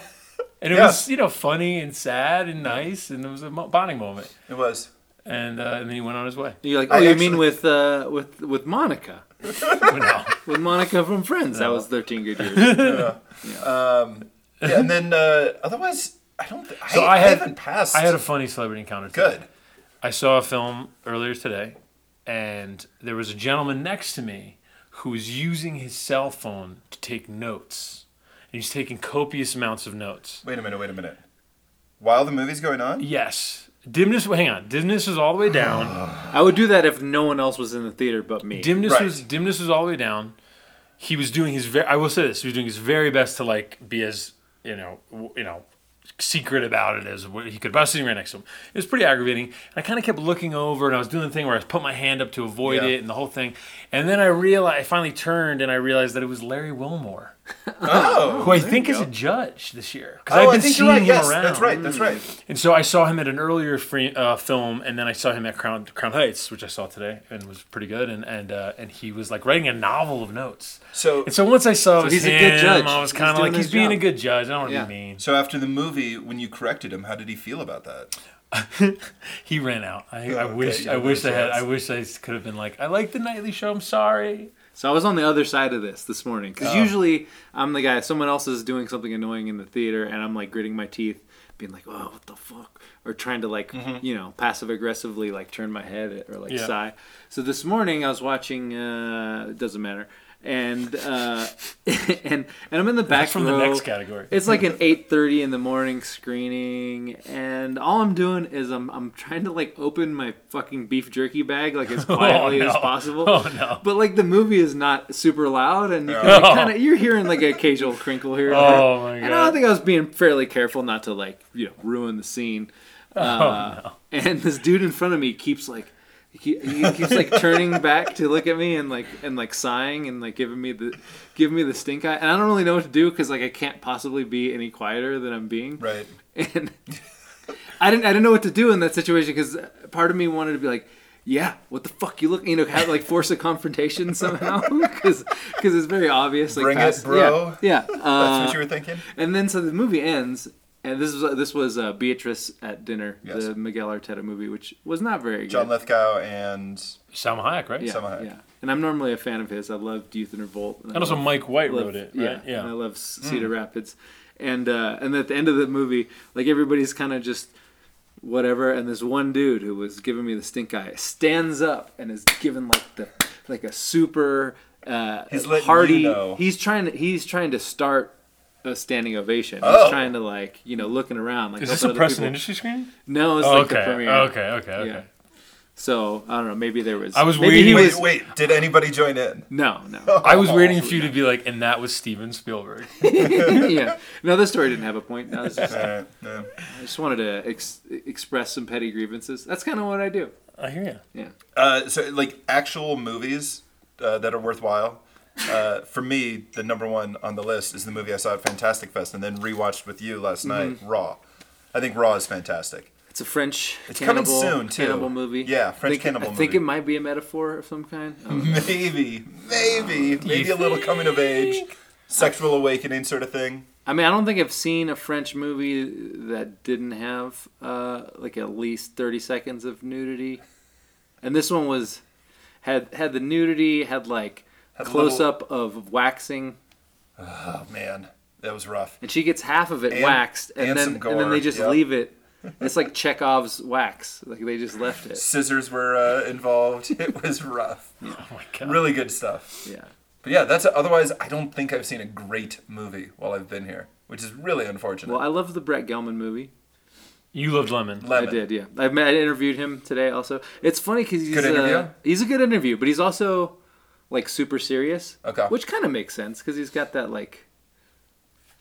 [SPEAKER 3] and it
[SPEAKER 2] Yeah.
[SPEAKER 3] was you know funny and sad and nice, and it was a mo- bonding moment.
[SPEAKER 2] it was.
[SPEAKER 3] And, uh, and then he went on his way.
[SPEAKER 1] You're like, oh,
[SPEAKER 2] I
[SPEAKER 1] you
[SPEAKER 2] actually-
[SPEAKER 1] mean with uh, with with Monica,
[SPEAKER 3] Went out.
[SPEAKER 1] with Monica from Friends? That was 13 good years.
[SPEAKER 2] Um, Yeah, and then uh, otherwise, I don't. Th-
[SPEAKER 3] So
[SPEAKER 2] I,
[SPEAKER 3] I had-
[SPEAKER 2] haven't passed.
[SPEAKER 3] I had a funny celebrity encounter. Today.
[SPEAKER 2] good.
[SPEAKER 3] I saw a film earlier today, and there was a gentleman next to me who was using his cell phone to take notes. And he's taking copious amounts of notes.
[SPEAKER 2] Wait a minute. Wait a minute. While the movie's going on,
[SPEAKER 3] Yes. Dimness, hang on. Dimness was all the way down.
[SPEAKER 1] I would do that if no one else was in the theater but me.
[SPEAKER 3] Dimness
[SPEAKER 2] Right.
[SPEAKER 3] was dimness was all the way down. He was doing his very. I will say this. He was doing his very best to like be as you know w- you know secret about it as what he could. But I was sitting right next to him. It was pretty aggravating. And I kind of kept looking over, and I was doing the thing where I put my hand up to avoid
[SPEAKER 2] Yeah.
[SPEAKER 3] it, and the whole thing. And then I realized I finally turned, and I realized that it was Larry Wilmore,
[SPEAKER 2] oh,
[SPEAKER 3] who I think is a judge this year. Because
[SPEAKER 2] oh,
[SPEAKER 3] I've
[SPEAKER 2] I
[SPEAKER 3] been
[SPEAKER 2] think
[SPEAKER 3] seeing
[SPEAKER 2] you're right.
[SPEAKER 3] him
[SPEAKER 2] Yes,
[SPEAKER 3] around.
[SPEAKER 2] that's right. That's right.
[SPEAKER 3] And so I saw him at an earlier free, uh, film, and then I saw him at Crown Crown Heights, which I saw today and was pretty good. And and uh, and he was like writing a novel of notes.
[SPEAKER 2] So,
[SPEAKER 3] And so once I saw it was
[SPEAKER 1] he's a
[SPEAKER 3] him,
[SPEAKER 1] good judge.
[SPEAKER 3] I was
[SPEAKER 1] He's
[SPEAKER 3] kind of
[SPEAKER 1] doing
[SPEAKER 3] like, he's
[SPEAKER 1] his
[SPEAKER 3] being
[SPEAKER 1] job.
[SPEAKER 3] a good judge. I don't want to
[SPEAKER 1] Yeah.
[SPEAKER 3] be mean.
[SPEAKER 2] so after the movie, when you corrected him, how did he feel about that?
[SPEAKER 3] He ran out. I, I
[SPEAKER 2] okay,
[SPEAKER 3] wish.
[SPEAKER 2] yeah,
[SPEAKER 3] I wish I
[SPEAKER 2] makes
[SPEAKER 3] had.
[SPEAKER 2] sense.
[SPEAKER 3] I wish I could have been like, I like the nightly show. I'm sorry.
[SPEAKER 1] So I was on the other side of this this morning because
[SPEAKER 3] Oh.
[SPEAKER 1] usually I'm the guy. Someone else is doing something annoying in the theater, and I'm like gritting my teeth, being like, "Oh, what the fuck," or trying to like, you know, passive aggressively like turn my head or like
[SPEAKER 3] Mm-hmm. Yeah.
[SPEAKER 1] sigh. So this morning I was watching. Uh, it doesn't matter. And uh, and and I'm in the back
[SPEAKER 3] That's from the
[SPEAKER 1] row.
[SPEAKER 3] next category.
[SPEAKER 1] It's like an 8:30 in the morning screening, and all I'm doing is I'm I'm trying to like open my fucking beef jerky bag like as quietly as
[SPEAKER 3] Oh, no.
[SPEAKER 1] possible.
[SPEAKER 3] Oh, no.
[SPEAKER 1] But like the movie is not super loud, and you can,
[SPEAKER 3] No.
[SPEAKER 1] like, kind of you're hearing like an occasional crinkle here. and there.
[SPEAKER 3] Oh, my
[SPEAKER 1] And I
[SPEAKER 3] God.
[SPEAKER 1] don't think I was being fairly careful not to like you know ruin the scene.
[SPEAKER 3] Oh,
[SPEAKER 1] Uh, And this dude in front of me keeps like. He, he keeps like turning back to look at me and like and like sighing and like giving me the giving me the stink eye and I don't really know what to do because like I can't possibly be any quieter than I'm being
[SPEAKER 2] Right.
[SPEAKER 1] and I didn't I didn't know what to do in that situation because part of me wanted to be like, yeah, what the fuck you look, you know, have, like force a confrontation somehow because it's very obvious. Like,
[SPEAKER 2] Bring it,
[SPEAKER 1] past-
[SPEAKER 2] bro.
[SPEAKER 1] Yeah. yeah.
[SPEAKER 2] That's
[SPEAKER 1] Uh,
[SPEAKER 2] what you were thinking.
[SPEAKER 1] and then so the movie ends, and this was this was uh, Beatrice at dinner,
[SPEAKER 2] Yes.
[SPEAKER 1] the Miguel Arteta movie, which was not very
[SPEAKER 2] John
[SPEAKER 1] good.
[SPEAKER 2] Lithgow and
[SPEAKER 3] Salma Hayek, right?
[SPEAKER 1] yeah,
[SPEAKER 2] Salma Hayek.
[SPEAKER 1] yeah. And I'm normally a fan of his. I loved Youth and Revolt. I
[SPEAKER 3] And also
[SPEAKER 1] loved-
[SPEAKER 3] Mike White
[SPEAKER 1] love-
[SPEAKER 3] wrote it. Right?
[SPEAKER 1] Yeah, and I love C-
[SPEAKER 2] Mm.
[SPEAKER 1] Cedar Rapids, and uh, and at the end of the movie, like everybody's kind of just whatever, and this one dude who was giving me the stink eye stands up and is given like the like a super uh,
[SPEAKER 2] He's letting
[SPEAKER 1] hearty.
[SPEAKER 2] you know.
[SPEAKER 1] He's trying to he's trying to start. A standing ovation.
[SPEAKER 2] Oh.
[SPEAKER 1] He's trying to like you know looking around like
[SPEAKER 3] Is this
[SPEAKER 1] help
[SPEAKER 3] a
[SPEAKER 1] other
[SPEAKER 3] press and
[SPEAKER 1] people-
[SPEAKER 3] industry screening?
[SPEAKER 1] No, it's
[SPEAKER 3] Oh,
[SPEAKER 1] like
[SPEAKER 3] okay.
[SPEAKER 1] the premiere.
[SPEAKER 3] okay. Okay. Okay.
[SPEAKER 1] Yeah. So I don't know. Maybe there was.
[SPEAKER 3] I was
[SPEAKER 1] maybe he
[SPEAKER 3] waiting-
[SPEAKER 2] Wait,
[SPEAKER 1] was.
[SPEAKER 2] wait. Did anybody join in?
[SPEAKER 1] No,
[SPEAKER 2] Oh.
[SPEAKER 1] no.
[SPEAKER 3] I was waiting
[SPEAKER 1] Oh,
[SPEAKER 3] for you to be like, and that was Steven Spielberg.
[SPEAKER 1] yeah. No, this story didn't have a point. That was just
[SPEAKER 2] All right, yeah.
[SPEAKER 1] I just wanted to ex- express some petty grievances. That's kind of what I do.
[SPEAKER 3] I hear you.
[SPEAKER 1] Yeah.
[SPEAKER 2] Uh, so like actual movies uh, that are worthwhile. Uh, for me, the number one on the list is the movie I saw at Fantastic Fest and then rewatched with you last night, Raw. I think Raw is fantastic.
[SPEAKER 1] It's a French
[SPEAKER 2] It's
[SPEAKER 1] cannibal,
[SPEAKER 2] coming soon, too.
[SPEAKER 1] cannibal movie.
[SPEAKER 2] Yeah, French
[SPEAKER 1] I think,
[SPEAKER 2] cannibal
[SPEAKER 1] I think
[SPEAKER 2] movie.
[SPEAKER 1] it might be a metaphor of some kind. I don't know.
[SPEAKER 2] Maybe, maybe, maybe a little coming of age, sexual awakening sort of thing.
[SPEAKER 1] I mean, I don't think I've seen a French movie that didn't have uh, like at least thirty seconds of nudity, and this one was had had the nudity, had like
[SPEAKER 2] a
[SPEAKER 1] close up of waxing,
[SPEAKER 2] Oh man, that was rough.
[SPEAKER 1] and she gets half of it
[SPEAKER 2] And-
[SPEAKER 1] waxed, and, then
[SPEAKER 2] and some
[SPEAKER 1] and then
[SPEAKER 2] gore,
[SPEAKER 1] they just
[SPEAKER 2] yeah.
[SPEAKER 1] leave it. It's like Chekhov's wax, like they just left it.
[SPEAKER 2] Scissors were uh, involved. It was rough.
[SPEAKER 3] Oh my god.
[SPEAKER 2] Really good stuff.
[SPEAKER 1] Yeah.
[SPEAKER 2] But yeah, that's otherwise. I don't think I've seen a great movie while I've been here, which is really unfortunate.
[SPEAKER 1] Well, I love the Brett Gelman movie.
[SPEAKER 3] You loved Lemon.
[SPEAKER 2] Lemon.
[SPEAKER 1] I did, yeah. I met, I interviewed him today. Also, it's funny because he's
[SPEAKER 2] Good interview?
[SPEAKER 1] Uh, he's a good interview, but he's also like super serious.
[SPEAKER 2] Okay.
[SPEAKER 1] Which kind of makes sense because he's got that like,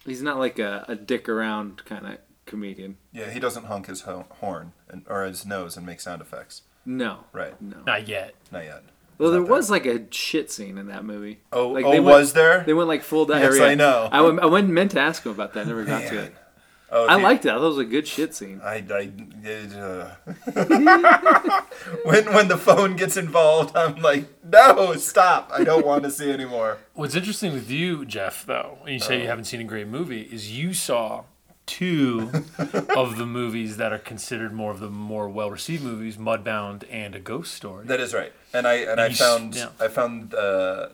[SPEAKER 1] he's not like a, a dick around kind of comedian.
[SPEAKER 2] Yeah, he doesn't honk his ho- horn and, or his nose and make sound effects.
[SPEAKER 1] No.
[SPEAKER 2] Right.
[SPEAKER 1] No.
[SPEAKER 3] Not yet.
[SPEAKER 2] Not yet.
[SPEAKER 1] Well, there
[SPEAKER 2] Not there.
[SPEAKER 1] was like a shit scene in that movie.
[SPEAKER 2] Oh,
[SPEAKER 1] like,
[SPEAKER 2] oh
[SPEAKER 1] they went-
[SPEAKER 2] was there?
[SPEAKER 1] They went like full diarrhea.
[SPEAKER 2] I know.
[SPEAKER 1] I, went, I went meant to ask him about that. Never got to
[SPEAKER 2] Man.
[SPEAKER 1] it.
[SPEAKER 2] Oh,
[SPEAKER 1] I
[SPEAKER 2] dude,
[SPEAKER 1] liked it. I thought it was a good shit scene.
[SPEAKER 2] I, I did, uh, when when the phone gets involved, I'm like, no, stop! I don't want to see anymore.
[SPEAKER 3] What's interesting with you, Jeff, though, when you say
[SPEAKER 2] Oh.
[SPEAKER 3] you haven't seen a great movie, is you saw two of the movies that are considered more of the more well-received movies, Mudbound and A Ghost Story.
[SPEAKER 2] That is right, and I and I
[SPEAKER 3] You s-
[SPEAKER 2] found
[SPEAKER 3] yeah.
[SPEAKER 2] I found uh,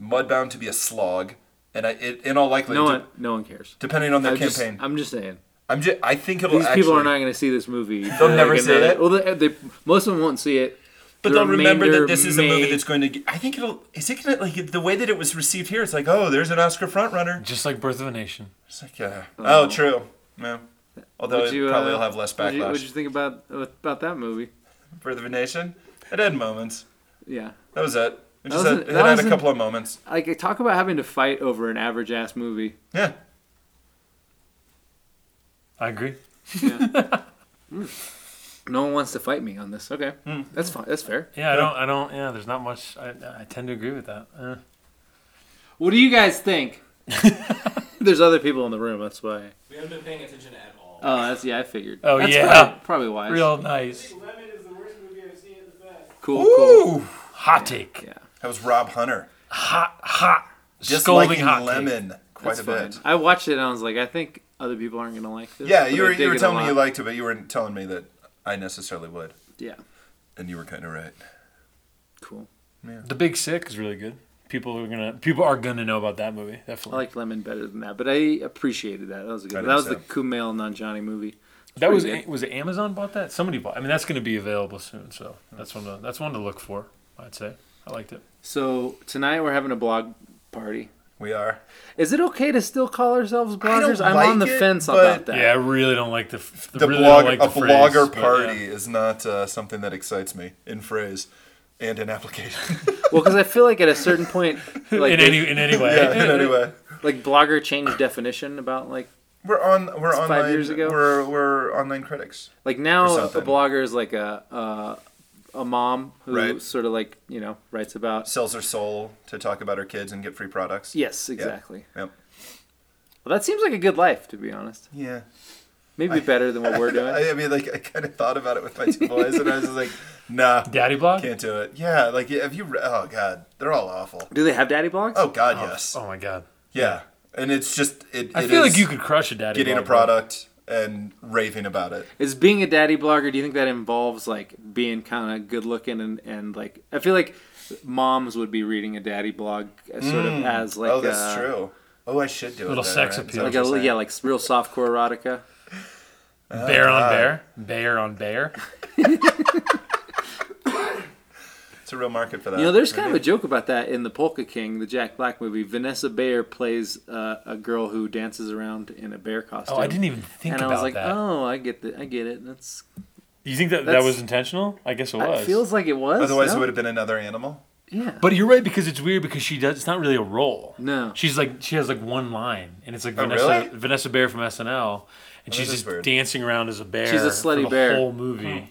[SPEAKER 2] Mudbound to be a slog, and I it, in all likelihood,
[SPEAKER 1] No
[SPEAKER 2] de-
[SPEAKER 1] one, no one cares.
[SPEAKER 2] depending on their
[SPEAKER 1] I'm just,
[SPEAKER 2] campaign,
[SPEAKER 1] I'm just saying.
[SPEAKER 2] I'm just I think it'll
[SPEAKER 1] These
[SPEAKER 2] actually,
[SPEAKER 1] people are not going to see this movie. They'll
[SPEAKER 2] never see it.
[SPEAKER 1] Well, they, they, most of them won't see it.
[SPEAKER 2] but
[SPEAKER 1] The
[SPEAKER 2] they'll remember that
[SPEAKER 1] remainder
[SPEAKER 2] this is a
[SPEAKER 1] may-
[SPEAKER 2] movie that's going to. Get, I think it'll is it gonna like the way that it was received here. It's like oh, there's an Oscar frontrunner.
[SPEAKER 3] Just like Birth of a Nation.
[SPEAKER 2] It's like uh, oh, true, yeah. Although
[SPEAKER 1] Would you,
[SPEAKER 2] it probably
[SPEAKER 1] uh,
[SPEAKER 2] will have less
[SPEAKER 1] What
[SPEAKER 2] backlash
[SPEAKER 1] you, what'd you think about about that movie?
[SPEAKER 2] for the nation. It had moments.
[SPEAKER 1] Yeah,
[SPEAKER 2] That was it. It just
[SPEAKER 1] wasn't-
[SPEAKER 2] had, it
[SPEAKER 1] that
[SPEAKER 2] had a
[SPEAKER 1] wasn't-
[SPEAKER 2] couple of moments.
[SPEAKER 1] like talk about having to fight over an average ass movie.
[SPEAKER 2] Yeah.
[SPEAKER 3] I agree.
[SPEAKER 1] No one wants to fight me on this. Okay,
[SPEAKER 2] Hmm.
[SPEAKER 1] that's fine. That's fair.
[SPEAKER 3] Yeah, I don't. I don't. Yeah, there's not much. I, I tend to agree with that. Uh,
[SPEAKER 1] What do you guys think? There's other people in the room. That's why.
[SPEAKER 5] We haven't been paying attention at all.
[SPEAKER 1] Oh, that's yeah. I figured.
[SPEAKER 3] Oh,
[SPEAKER 1] That's
[SPEAKER 3] yeah.
[SPEAKER 1] probably, probably wise.
[SPEAKER 3] real nice.
[SPEAKER 5] Lemon is the worst movie I've seen in the past.
[SPEAKER 1] Cool. Cool.
[SPEAKER 2] Ooh,
[SPEAKER 3] Hot take.
[SPEAKER 1] Yeah.
[SPEAKER 2] that was Rob Hunter.
[SPEAKER 3] Hot. Hot. Scolding
[SPEAKER 2] Disliking
[SPEAKER 3] hot take.
[SPEAKER 2] lemon quite
[SPEAKER 1] That's
[SPEAKER 2] a bit.
[SPEAKER 1] fine. I watched it and I was like, I think other people aren't gonna like this.
[SPEAKER 2] Yeah,
[SPEAKER 1] but
[SPEAKER 2] you
[SPEAKER 1] I
[SPEAKER 2] were,
[SPEAKER 1] dig
[SPEAKER 2] you were
[SPEAKER 1] it a
[SPEAKER 2] telling me
[SPEAKER 1] lot.
[SPEAKER 2] you liked it, but you weren't telling me that I necessarily would.
[SPEAKER 1] Yeah.
[SPEAKER 2] And you were kind of right.
[SPEAKER 1] Cool.
[SPEAKER 3] The Big Sick is really good. People are gonna. People are gonna know about that movie.
[SPEAKER 1] I
[SPEAKER 3] Definitely.
[SPEAKER 1] liked Lemon better than that, but I appreciated that. That was a
[SPEAKER 2] I
[SPEAKER 1] good.
[SPEAKER 2] did
[SPEAKER 1] That was
[SPEAKER 2] so.
[SPEAKER 1] the Kumail Nanjiani movie.
[SPEAKER 3] that was
[SPEAKER 1] pretty good.
[SPEAKER 3] was it Amazon bought that. Somebody bought. I mean, that's gonna be available soon. So that's one. To, that's one to look for. I'd say. I liked it.
[SPEAKER 1] So tonight we're having a blog party.
[SPEAKER 2] We are.
[SPEAKER 1] Is it okay to still call ourselves
[SPEAKER 2] I don't
[SPEAKER 1] bloggers? I'm on
[SPEAKER 2] like
[SPEAKER 1] the
[SPEAKER 2] it,
[SPEAKER 1] fence
[SPEAKER 2] but-
[SPEAKER 1] about that.
[SPEAKER 3] Yeah, I really don't like the. f-
[SPEAKER 2] The
[SPEAKER 3] really
[SPEAKER 2] blog,
[SPEAKER 3] don't like
[SPEAKER 2] a
[SPEAKER 3] the phrase,
[SPEAKER 2] blogger
[SPEAKER 3] but yeah.
[SPEAKER 2] party is not uh, something that excites me in phrase and in application.
[SPEAKER 1] Well, because I feel like at a certain point, like
[SPEAKER 3] in any in any way.
[SPEAKER 2] yeah, anyway.
[SPEAKER 1] like blogger changed definition about like
[SPEAKER 2] We're on. We're
[SPEAKER 1] It's five
[SPEAKER 2] online.
[SPEAKER 1] years ago.
[SPEAKER 2] We're we're online critics.
[SPEAKER 1] like
[SPEAKER 2] Or
[SPEAKER 1] now a
[SPEAKER 2] something.
[SPEAKER 1] blogger is like a a, a mom who
[SPEAKER 2] Right.
[SPEAKER 1] sort of like you know writes about.
[SPEAKER 2] Sells her soul to talk about her kids and get free products.
[SPEAKER 1] Yes, exactly.
[SPEAKER 2] Yep.
[SPEAKER 1] Well, that seems like a good life, to be honest.
[SPEAKER 2] Yeah.
[SPEAKER 1] Maybe better than what we're doing.
[SPEAKER 2] I, I mean, like I kind of thought about it with my two boys, and I was just like, nah,
[SPEAKER 3] Daddy blog.
[SPEAKER 2] can't do it. Yeah. Like, have you? Re- oh God, they're all awful.
[SPEAKER 1] Do they have daddy blogs?
[SPEAKER 2] Oh God, yes.
[SPEAKER 3] Oh my god.
[SPEAKER 2] Yeah, and it's just it.
[SPEAKER 3] I
[SPEAKER 2] it
[SPEAKER 3] feel
[SPEAKER 2] is
[SPEAKER 3] like you could crush a daddy.
[SPEAKER 2] getting a
[SPEAKER 3] blog,
[SPEAKER 2] product and raving about it.
[SPEAKER 1] Is being a daddy blogger, do you think that involves like being kind of good looking and, and like, I feel like moms would be reading a daddy blog as sort of as like,
[SPEAKER 2] oh, that's
[SPEAKER 1] uh,
[SPEAKER 2] true. Oh, I should do it.
[SPEAKER 3] Little
[SPEAKER 2] then,
[SPEAKER 3] sex
[SPEAKER 2] right? Is
[SPEAKER 3] appeal.
[SPEAKER 2] that
[SPEAKER 1] Like
[SPEAKER 2] what
[SPEAKER 1] a,
[SPEAKER 2] you're
[SPEAKER 1] yeah, like real softcore erotica.
[SPEAKER 3] Bear
[SPEAKER 2] Oh,
[SPEAKER 3] on bear. Bear on bear. Oh,
[SPEAKER 2] saying? It's a real market for that.
[SPEAKER 1] You know, there's kind of a joke about that in the Polka King, the Jack Black movie. Vanessa Bayer plays uh, a girl who dances around in a bear costume.
[SPEAKER 3] Oh, I didn't even think
[SPEAKER 1] And I
[SPEAKER 3] about
[SPEAKER 1] was like,
[SPEAKER 3] that.
[SPEAKER 1] oh, I get the, I get it. That's
[SPEAKER 3] you think that that
[SPEAKER 1] that's-
[SPEAKER 3] was intentional? I guess it was.
[SPEAKER 1] it feels like it was.
[SPEAKER 2] Otherwise,
[SPEAKER 1] no?
[SPEAKER 2] it would have been another animal.
[SPEAKER 1] yeah.
[SPEAKER 3] But you're right because it's weird because she does. It's not really a role.
[SPEAKER 1] No.
[SPEAKER 3] she's like she has like one line, and it's like
[SPEAKER 2] Oh,
[SPEAKER 3] Vanessa
[SPEAKER 2] really?
[SPEAKER 3] Vanessa Bear from SNL, and she's
[SPEAKER 2] is
[SPEAKER 3] just
[SPEAKER 2] weird.
[SPEAKER 3] dancing around as a bear.
[SPEAKER 1] She's a slutty
[SPEAKER 3] for the
[SPEAKER 1] bear.
[SPEAKER 3] Whole movie.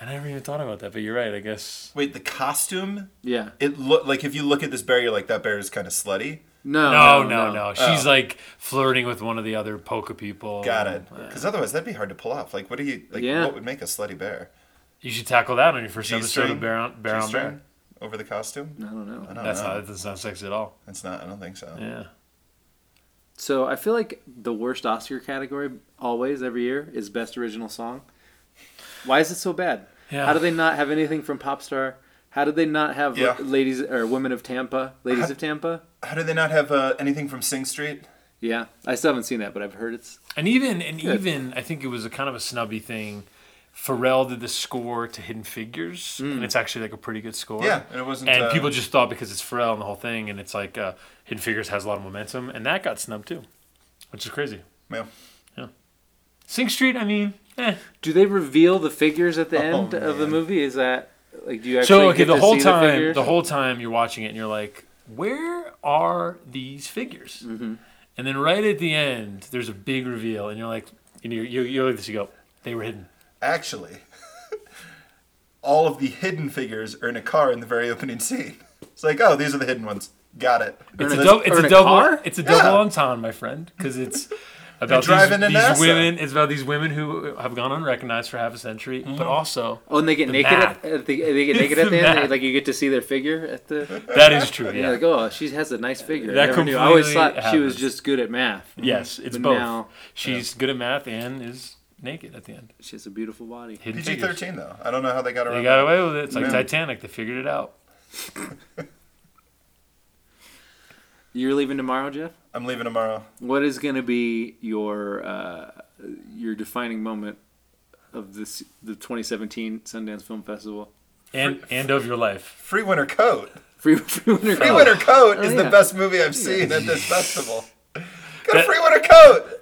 [SPEAKER 3] And I never even thought about that, but you're right. I guess
[SPEAKER 2] Wait, the costume.
[SPEAKER 1] yeah.
[SPEAKER 2] It look like if you look at this bear, you're like that bear is kind of slutty.
[SPEAKER 1] No.
[SPEAKER 3] no,
[SPEAKER 1] no.
[SPEAKER 3] no, no. She's like flirting with one of the other polka people.
[SPEAKER 2] Got it. Because otherwise, that'd be hard to pull off. Like, what do you? Like,
[SPEAKER 1] Oh, Yeah.
[SPEAKER 2] what would make a slutty bear?
[SPEAKER 3] You should tackle that on your 1st episode
[SPEAKER 2] G-string?
[SPEAKER 3] of Bear on Bear. On
[SPEAKER 2] G-string
[SPEAKER 3] bear.
[SPEAKER 2] over the costume.
[SPEAKER 1] I don't know.
[SPEAKER 2] I don't
[SPEAKER 3] That's
[SPEAKER 2] know. Oh.
[SPEAKER 3] not. That doesn't sound sexy at all.
[SPEAKER 2] It's not. I don't think so.
[SPEAKER 3] Yeah.
[SPEAKER 1] So I feel like the worst Oscar category always every year is best original song. Why is it so bad?
[SPEAKER 3] Yeah.
[SPEAKER 1] How do they not have anything from Popstar? How do they not have
[SPEAKER 2] Yeah.
[SPEAKER 1] ladies or women of Tampa? Ladies of Tampa?
[SPEAKER 2] How do they not have uh, anything from Sing Street?
[SPEAKER 1] Yeah. I still haven't seen that, but I've heard it's
[SPEAKER 3] And even and
[SPEAKER 1] Good.
[SPEAKER 3] even I think it was a kind of a snubby thing. Pharrell did the score to Hidden Figures,
[SPEAKER 1] Mm.
[SPEAKER 3] and it's actually like a pretty good score.
[SPEAKER 2] Yeah, and it wasn't,
[SPEAKER 3] And
[SPEAKER 2] uh,
[SPEAKER 3] people just thought because it's Pharrell and the whole thing, and it's like uh, Hidden Figures has a lot of momentum, and that got snubbed too, which is crazy.
[SPEAKER 2] Yeah.
[SPEAKER 3] Sing Street, I mean, eh.
[SPEAKER 1] Do they reveal the figures at the
[SPEAKER 2] Oh,
[SPEAKER 1] end of the
[SPEAKER 2] man.
[SPEAKER 1] movie? Is that like do you actually
[SPEAKER 3] so okay,
[SPEAKER 1] get
[SPEAKER 3] the
[SPEAKER 1] to
[SPEAKER 3] whole
[SPEAKER 1] see the,
[SPEAKER 3] time, the,
[SPEAKER 1] figures?
[SPEAKER 3] whole time you're watching it, and you're like, where are these figures?
[SPEAKER 1] Mm-hmm.
[SPEAKER 3] And then right at the end, there's a big reveal, and you're like, and you're, you're, you're like this, you go, they were hidden.
[SPEAKER 2] Actually, all of the hidden figures are in a car in the very opening scene. It's like, oh, these are the hidden ones. Got it.
[SPEAKER 3] It's
[SPEAKER 1] Earn
[SPEAKER 3] a,
[SPEAKER 1] a-
[SPEAKER 3] double. It's
[SPEAKER 1] earn
[SPEAKER 3] a
[SPEAKER 1] a
[SPEAKER 3] double.
[SPEAKER 1] car?
[SPEAKER 3] It's a double
[SPEAKER 2] Yeah.
[SPEAKER 3] entendre, my friend, because it's about
[SPEAKER 2] driving to
[SPEAKER 3] these, these
[SPEAKER 2] NASA.
[SPEAKER 3] women. It's about these women who have gone unrecognized for half a century,
[SPEAKER 2] Mm-hmm.
[SPEAKER 3] but also
[SPEAKER 1] Oh, and they get
[SPEAKER 3] The
[SPEAKER 1] naked.
[SPEAKER 3] math.
[SPEAKER 1] At, at the, they get
[SPEAKER 3] It's
[SPEAKER 1] naked at
[SPEAKER 3] the
[SPEAKER 1] the end.
[SPEAKER 3] math.
[SPEAKER 1] Like you get to see their figure at the.
[SPEAKER 3] that is true.
[SPEAKER 1] Yeah.
[SPEAKER 3] Yeah.
[SPEAKER 1] Like oh, she has a nice figure.
[SPEAKER 3] That
[SPEAKER 1] I never knew. I always thought
[SPEAKER 3] completely
[SPEAKER 1] she was
[SPEAKER 3] happens.
[SPEAKER 1] just good at math.
[SPEAKER 3] Yes, it's
[SPEAKER 1] But
[SPEAKER 3] both.
[SPEAKER 1] now-
[SPEAKER 3] She's good at math and is naked at the end.
[SPEAKER 1] She has a beautiful body.
[SPEAKER 3] Hidden
[SPEAKER 2] PG
[SPEAKER 3] figures.
[SPEAKER 2] thirteen though. I don't know how they got around.
[SPEAKER 3] They got away with it. It's like
[SPEAKER 2] Yeah.
[SPEAKER 3] Titanic. They figured it out.
[SPEAKER 1] You're leaving tomorrow, Jeff.
[SPEAKER 2] that. I'm leaving tomorrow.
[SPEAKER 1] What is going to be your uh, your defining moment of this the 2017 Sundance Film Festival?
[SPEAKER 3] And and of your life.
[SPEAKER 2] Free winter coat.
[SPEAKER 3] Oh.
[SPEAKER 1] Free, free winter.
[SPEAKER 2] Free
[SPEAKER 1] Coat.
[SPEAKER 2] winter coat is the
[SPEAKER 1] yeah.
[SPEAKER 2] best movie I've seen at this festival. Got a
[SPEAKER 3] That-
[SPEAKER 2] free winter coat.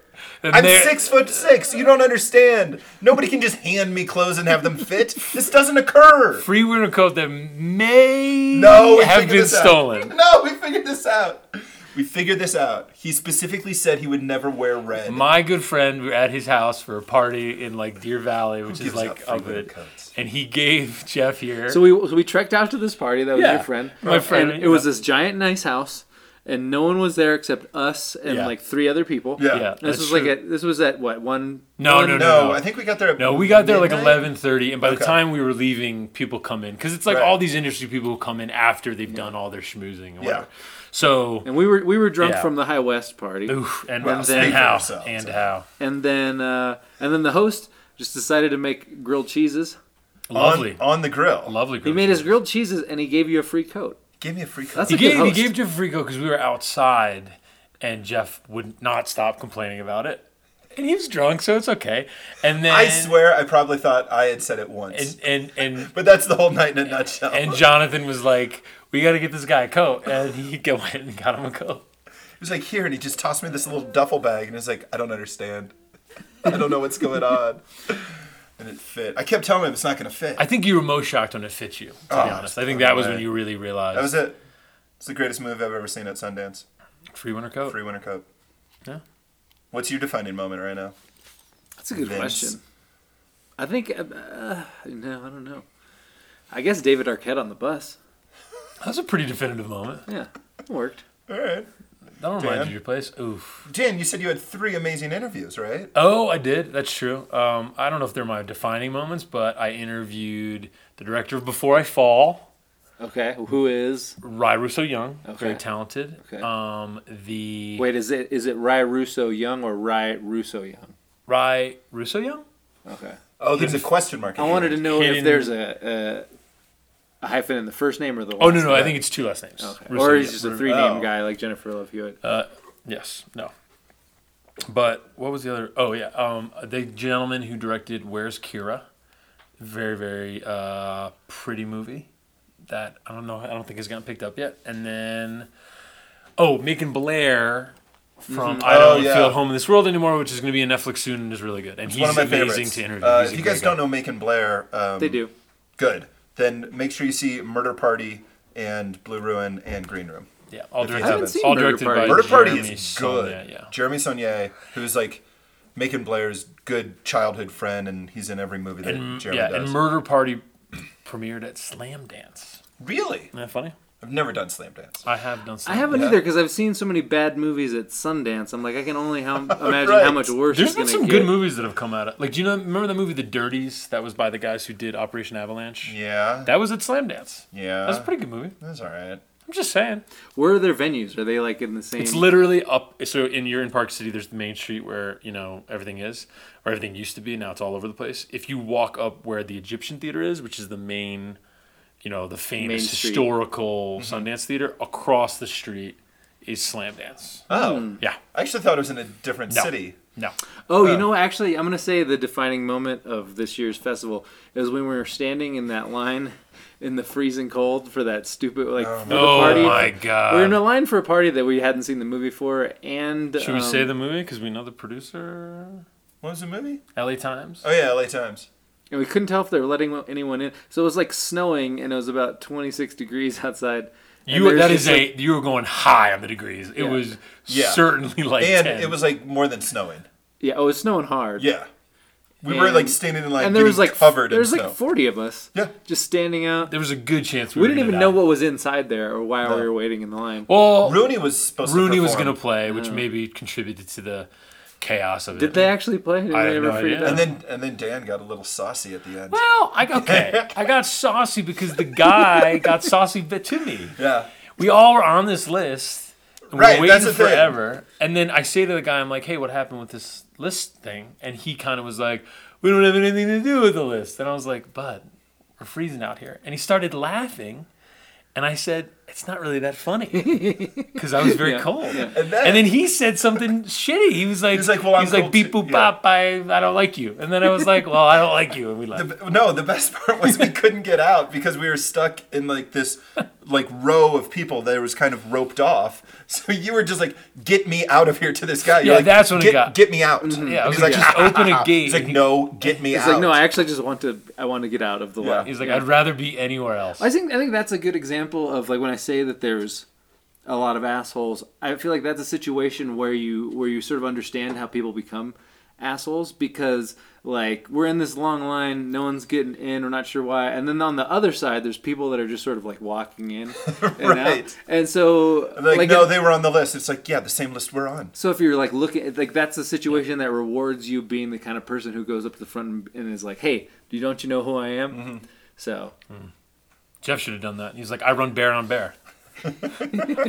[SPEAKER 3] And
[SPEAKER 2] I'm
[SPEAKER 3] there-
[SPEAKER 2] six foot six. You don't understand. Nobody can just hand me clothes and have them fit. This doesn't occur.
[SPEAKER 3] Free winter coat that may
[SPEAKER 2] No, we
[SPEAKER 3] have
[SPEAKER 2] figured
[SPEAKER 3] been
[SPEAKER 2] this out.
[SPEAKER 3] stolen.
[SPEAKER 2] No, we figured this out. We figured this out. He specifically said he would never wear red.
[SPEAKER 3] My good friend, we were at his house for a party in like Deer Valley, which is
[SPEAKER 2] gives out
[SPEAKER 3] like
[SPEAKER 2] free
[SPEAKER 3] up
[SPEAKER 2] winter
[SPEAKER 3] it.
[SPEAKER 2] coats?
[SPEAKER 3] And he gave Jeff here.
[SPEAKER 1] So we so we trekked out to this party that was
[SPEAKER 3] Yeah.
[SPEAKER 1] your friend.
[SPEAKER 3] My friend,
[SPEAKER 1] And it was
[SPEAKER 3] yeah.
[SPEAKER 1] this giant nice house, and no one was there except us and
[SPEAKER 3] Yeah.
[SPEAKER 1] like three other people.
[SPEAKER 2] Yeah.
[SPEAKER 3] yeah,
[SPEAKER 1] This
[SPEAKER 3] that's
[SPEAKER 1] was
[SPEAKER 3] true.
[SPEAKER 1] like a, this was at what one?
[SPEAKER 3] No,
[SPEAKER 1] one-
[SPEAKER 3] no,
[SPEAKER 2] no, I think we got there. At
[SPEAKER 3] No, we got there like
[SPEAKER 2] midnight?
[SPEAKER 3] eleven thirty, and by the
[SPEAKER 2] Okay.
[SPEAKER 3] time we were leaving, people come in because it's like
[SPEAKER 2] Right.
[SPEAKER 3] all these industry people who come in after they've done all their schmoozing. And whatever.
[SPEAKER 2] Yeah.
[SPEAKER 3] So
[SPEAKER 1] And we were we were drunk
[SPEAKER 3] Yeah.
[SPEAKER 1] from the High West party,
[SPEAKER 3] oof, and,
[SPEAKER 2] Well,
[SPEAKER 3] and
[SPEAKER 2] speak for
[SPEAKER 3] how
[SPEAKER 2] yourselves.
[SPEAKER 3] and how
[SPEAKER 1] and then uh, and then the host just decided to make grilled cheeses.
[SPEAKER 3] lovely,
[SPEAKER 2] on, on the grill.
[SPEAKER 3] lovely.
[SPEAKER 1] He made his grilled cheeses and he gave you a free coat.
[SPEAKER 2] Give me a free coat.
[SPEAKER 1] That's
[SPEAKER 3] He
[SPEAKER 1] a good
[SPEAKER 3] gave, he
[SPEAKER 1] host.
[SPEAKER 3] gave Jeff Frico because we were outside, and Jeff would not stop complaining about it. And he was drunk, so it's okay. And then
[SPEAKER 2] I swear, I probably thought I had said it once.
[SPEAKER 3] and and and
[SPEAKER 2] but that's the whole night in a nutshell.
[SPEAKER 3] and Jonathan was like, "We got to get this guy a coat," and he go- went and got him a coat.
[SPEAKER 2] He was like, here, and he just tossed me this little duffel bag, and it's like, I don't understand. I don't know what's going on. And it fit. I kept telling him it's not going to fit.
[SPEAKER 3] I think you were most shocked when it fit you. To be
[SPEAKER 2] Oh,
[SPEAKER 3] honest, I think that was
[SPEAKER 2] no
[SPEAKER 3] when
[SPEAKER 2] way.
[SPEAKER 3] you really realized
[SPEAKER 2] that was it. It's the greatest move I've ever seen at Sundance.
[SPEAKER 3] free winter coat.
[SPEAKER 2] Free winter coat.
[SPEAKER 3] Oh. Yeah.
[SPEAKER 2] What's your defining moment right now?
[SPEAKER 1] That's a good
[SPEAKER 2] Vince.
[SPEAKER 1] question. I think uh, uh, no, I don't know. I guess David Arquette on the bus.
[SPEAKER 3] That was a pretty definitive moment.
[SPEAKER 1] Yeah, it worked.
[SPEAKER 2] All right.
[SPEAKER 3] That reminded
[SPEAKER 2] Dan?
[SPEAKER 3] you of your place. Oof.
[SPEAKER 2] Dan, you said you had three amazing interviews, right?
[SPEAKER 3] Oh, I did. That's true. Um, I don't know if they're my defining moments, but I interviewed the director of Before I Fall.
[SPEAKER 1] Okay, who is?
[SPEAKER 3] Rai Russo Young, very
[SPEAKER 1] Okay.
[SPEAKER 3] talented.
[SPEAKER 1] Okay.
[SPEAKER 3] Um, the
[SPEAKER 1] Wait, is it is it Rai Russo Young or Rai Russo Young?
[SPEAKER 3] Rai Russo Young?
[SPEAKER 1] Okay.
[SPEAKER 2] Oh, there's a question mark.
[SPEAKER 1] I wanted to know
[SPEAKER 3] Hidden-
[SPEAKER 1] if there's a, a a hyphen in the first name or the last.
[SPEAKER 3] Oh no, no, I
[SPEAKER 1] name.
[SPEAKER 3] think it's two last names.
[SPEAKER 1] Okay.
[SPEAKER 3] Russo
[SPEAKER 1] Or he's
[SPEAKER 3] Young. Um,
[SPEAKER 1] just a
[SPEAKER 3] Ru-
[SPEAKER 1] three name
[SPEAKER 2] Oh.
[SPEAKER 1] guy like Jennifer Love Hewitt.
[SPEAKER 3] Yes, no. But what was the other? Oh yeah, um, the gentleman who directed Where's Kira? Very very uh, pretty movie. That I don't know. I don't think has gotten picked up yet. And then, oh, Macon Blair. From I
[SPEAKER 2] Oh,
[SPEAKER 3] don't
[SPEAKER 2] yeah.
[SPEAKER 3] feel at home in this world anymore, which is going to be on Netflix soon and is really good. And
[SPEAKER 2] It's
[SPEAKER 3] he's
[SPEAKER 2] one of my
[SPEAKER 3] amazing
[SPEAKER 2] favorites.
[SPEAKER 3] to interview.
[SPEAKER 2] Uh,
[SPEAKER 3] He's
[SPEAKER 2] if
[SPEAKER 3] a
[SPEAKER 2] you
[SPEAKER 3] great
[SPEAKER 2] guys
[SPEAKER 3] guy.
[SPEAKER 2] don't know Macon Blair, um,
[SPEAKER 1] they do.
[SPEAKER 2] Good. Then make sure you see Murder Party and Blue Ruin and Green Room.
[SPEAKER 3] Yeah, all
[SPEAKER 2] If you
[SPEAKER 3] directed.
[SPEAKER 2] haven't
[SPEAKER 3] by-
[SPEAKER 1] seen
[SPEAKER 3] all
[SPEAKER 1] Murder
[SPEAKER 3] directed
[SPEAKER 1] Party.
[SPEAKER 3] by
[SPEAKER 2] Murder Party
[SPEAKER 3] Jeremy
[SPEAKER 2] is
[SPEAKER 3] Saul,
[SPEAKER 2] good.
[SPEAKER 3] Yeah, yeah.
[SPEAKER 2] Jeremy Saunier, who's like Macon Blair's good childhood friend, and he's in every movie that Jeremy
[SPEAKER 3] yeah,
[SPEAKER 2] does.
[SPEAKER 3] and Murder Party premiered at Slam Dance.
[SPEAKER 2] really?
[SPEAKER 3] Isn't that funny?
[SPEAKER 2] I've never done slam dance.
[SPEAKER 3] I have done.
[SPEAKER 1] I
[SPEAKER 3] Slam
[SPEAKER 1] haven't
[SPEAKER 2] Yeah.
[SPEAKER 1] either because I've seen so many bad movies at Sundance. I'm like, I can only how, imagine
[SPEAKER 2] Right.
[SPEAKER 1] how much worse.
[SPEAKER 3] There's
[SPEAKER 1] it's
[SPEAKER 3] been
[SPEAKER 1] gonna
[SPEAKER 3] some
[SPEAKER 1] get.
[SPEAKER 3] good movies that have come out. Of, like, do you know? Remember the movie The Dirties? That was by the guys who did Operation Avalanche.
[SPEAKER 2] Yeah.
[SPEAKER 3] That was at Slam Dance.
[SPEAKER 2] yeah.
[SPEAKER 3] That's a pretty good movie.
[SPEAKER 2] That's all right.
[SPEAKER 3] I'm just saying.
[SPEAKER 1] Where are their venues? Are they like in the same?
[SPEAKER 3] It's literally up. So in you're in Park City, there's the main street where you know everything is, or everything used to be. Now it's all over the place. If you walk up where the Egyptian Theater is, which is the main, you know, the famous
[SPEAKER 1] street. Mm-hmm.
[SPEAKER 3] historical Sundance Theater, across the street is Slam Dance.
[SPEAKER 2] Oh,
[SPEAKER 3] Yeah.
[SPEAKER 2] I actually thought it was in a different
[SPEAKER 3] Hmm. No.
[SPEAKER 2] city.
[SPEAKER 3] No.
[SPEAKER 1] Oh,
[SPEAKER 3] uh,
[SPEAKER 1] you know, actually, I'm gonna say the defining moment of this year's festival is when we were standing in that line in the freezing cold for that stupid like for the
[SPEAKER 3] Oh
[SPEAKER 1] party.
[SPEAKER 3] my god.
[SPEAKER 1] we were in a line for a party that we hadn't seen the movie for, and
[SPEAKER 3] Should we
[SPEAKER 1] um,
[SPEAKER 3] say the movie because we know the producer?
[SPEAKER 2] What was the movie?
[SPEAKER 3] LA Times.
[SPEAKER 2] Oh yeah, L.A. Times.
[SPEAKER 1] and we couldn't tell if they were letting anyone in. So it was like snowing, and it was about 26 degrees outside. and
[SPEAKER 3] You
[SPEAKER 1] there was
[SPEAKER 3] that
[SPEAKER 1] just,
[SPEAKER 3] is
[SPEAKER 1] like-
[SPEAKER 3] a you were going high on the degrees. It
[SPEAKER 1] Yeah.
[SPEAKER 3] was
[SPEAKER 2] Yeah.
[SPEAKER 3] certainly like
[SPEAKER 2] And
[SPEAKER 3] 10.
[SPEAKER 2] it was like more than snowing.
[SPEAKER 1] yeah. Oh, it was snowing hard.
[SPEAKER 2] Yeah. We were
[SPEAKER 1] And-
[SPEAKER 2] like standing in like
[SPEAKER 1] and there was like
[SPEAKER 2] covered
[SPEAKER 1] there was
[SPEAKER 2] in
[SPEAKER 1] like
[SPEAKER 2] snow.
[SPEAKER 1] 40 of us.
[SPEAKER 2] Yeah.
[SPEAKER 1] just standing out.
[SPEAKER 3] there was a good chance we,
[SPEAKER 1] We
[SPEAKER 3] were
[SPEAKER 1] didn't
[SPEAKER 3] gonna
[SPEAKER 1] even
[SPEAKER 3] die.
[SPEAKER 1] know what was inside there or why
[SPEAKER 2] No.
[SPEAKER 1] we were waiting in the line.
[SPEAKER 3] Well,
[SPEAKER 2] Rooney was supposed
[SPEAKER 3] Rooney
[SPEAKER 2] to
[SPEAKER 3] was
[SPEAKER 2] perform.
[SPEAKER 3] going to play, which maybe contributed to the chaos of it.
[SPEAKER 1] Did they actually play? Did
[SPEAKER 3] I
[SPEAKER 1] they
[SPEAKER 3] have
[SPEAKER 1] ever
[SPEAKER 3] no
[SPEAKER 1] figure it
[SPEAKER 3] idea.
[SPEAKER 1] out?
[SPEAKER 2] And then and then Dan got a little saucy at the end.
[SPEAKER 3] Well, I got okay. I got saucy because the guy got saucy bit to me.
[SPEAKER 2] Yeah.
[SPEAKER 3] We all were on this list. and we
[SPEAKER 2] Right,
[SPEAKER 3] We're waiting
[SPEAKER 2] that's the thing.
[SPEAKER 3] forever. And then I say to the guy, I'm like, hey, what happened with this list thing? And he kind of was like, we don't have anything to do with the list. And I was like, bud, we're freezing out here. And he started laughing. And I said, it's not really that funny. Because I was very
[SPEAKER 1] Yeah,
[SPEAKER 3] cold.
[SPEAKER 2] And
[SPEAKER 3] And,
[SPEAKER 2] then-
[SPEAKER 3] then, he said something shitty. He was like,
[SPEAKER 2] He's like, "Well, I'm
[SPEAKER 3] he's like
[SPEAKER 2] cold
[SPEAKER 3] beep
[SPEAKER 2] too."
[SPEAKER 3] boop
[SPEAKER 2] Yeah.
[SPEAKER 3] bop, I, I don't like you. And then I was like, well, I don't like you. And we left.
[SPEAKER 2] The- no, the best part was we couldn't get out because we were stuck in like this like row of people that was kind of roped off. So you were just like, get me out of here to this guy. You're
[SPEAKER 3] Yeah,
[SPEAKER 2] like,
[SPEAKER 3] that's when it
[SPEAKER 2] get,
[SPEAKER 3] got-
[SPEAKER 2] Get me out.
[SPEAKER 3] Yeah, I
[SPEAKER 2] And
[SPEAKER 3] was
[SPEAKER 2] he's
[SPEAKER 3] like,
[SPEAKER 2] like,
[SPEAKER 3] just open a gate.
[SPEAKER 2] He's like, no, get me
[SPEAKER 1] It's
[SPEAKER 2] out.
[SPEAKER 1] Mm-hmm. like, no, I actually just want to. I want to get out of the
[SPEAKER 2] Yeah.
[SPEAKER 1] lot.
[SPEAKER 3] He's like, I'd rather be anywhere else.
[SPEAKER 1] I think I think that's a good example of like when I say that there's a lot of assholes. I feel like that's a situation where you where you sort of understand how people become assholes because like we're in this long line, no one's getting in, we're not sure why, and then on the other side, there's people that are just sort of like walking in and
[SPEAKER 2] Right.
[SPEAKER 1] out, and so
[SPEAKER 2] And they're like, no,
[SPEAKER 1] it-
[SPEAKER 2] they were on the list. It's like, yeah, the same list we're on.
[SPEAKER 1] so if you're like looking, like that's a situation that rewards you being the kind of person who goes up to the front and is like, "Hey, you don't you know who I am?"
[SPEAKER 2] Mm-hmm.
[SPEAKER 1] So
[SPEAKER 3] Jeff should have done that. He's like, I run Bear on Bear.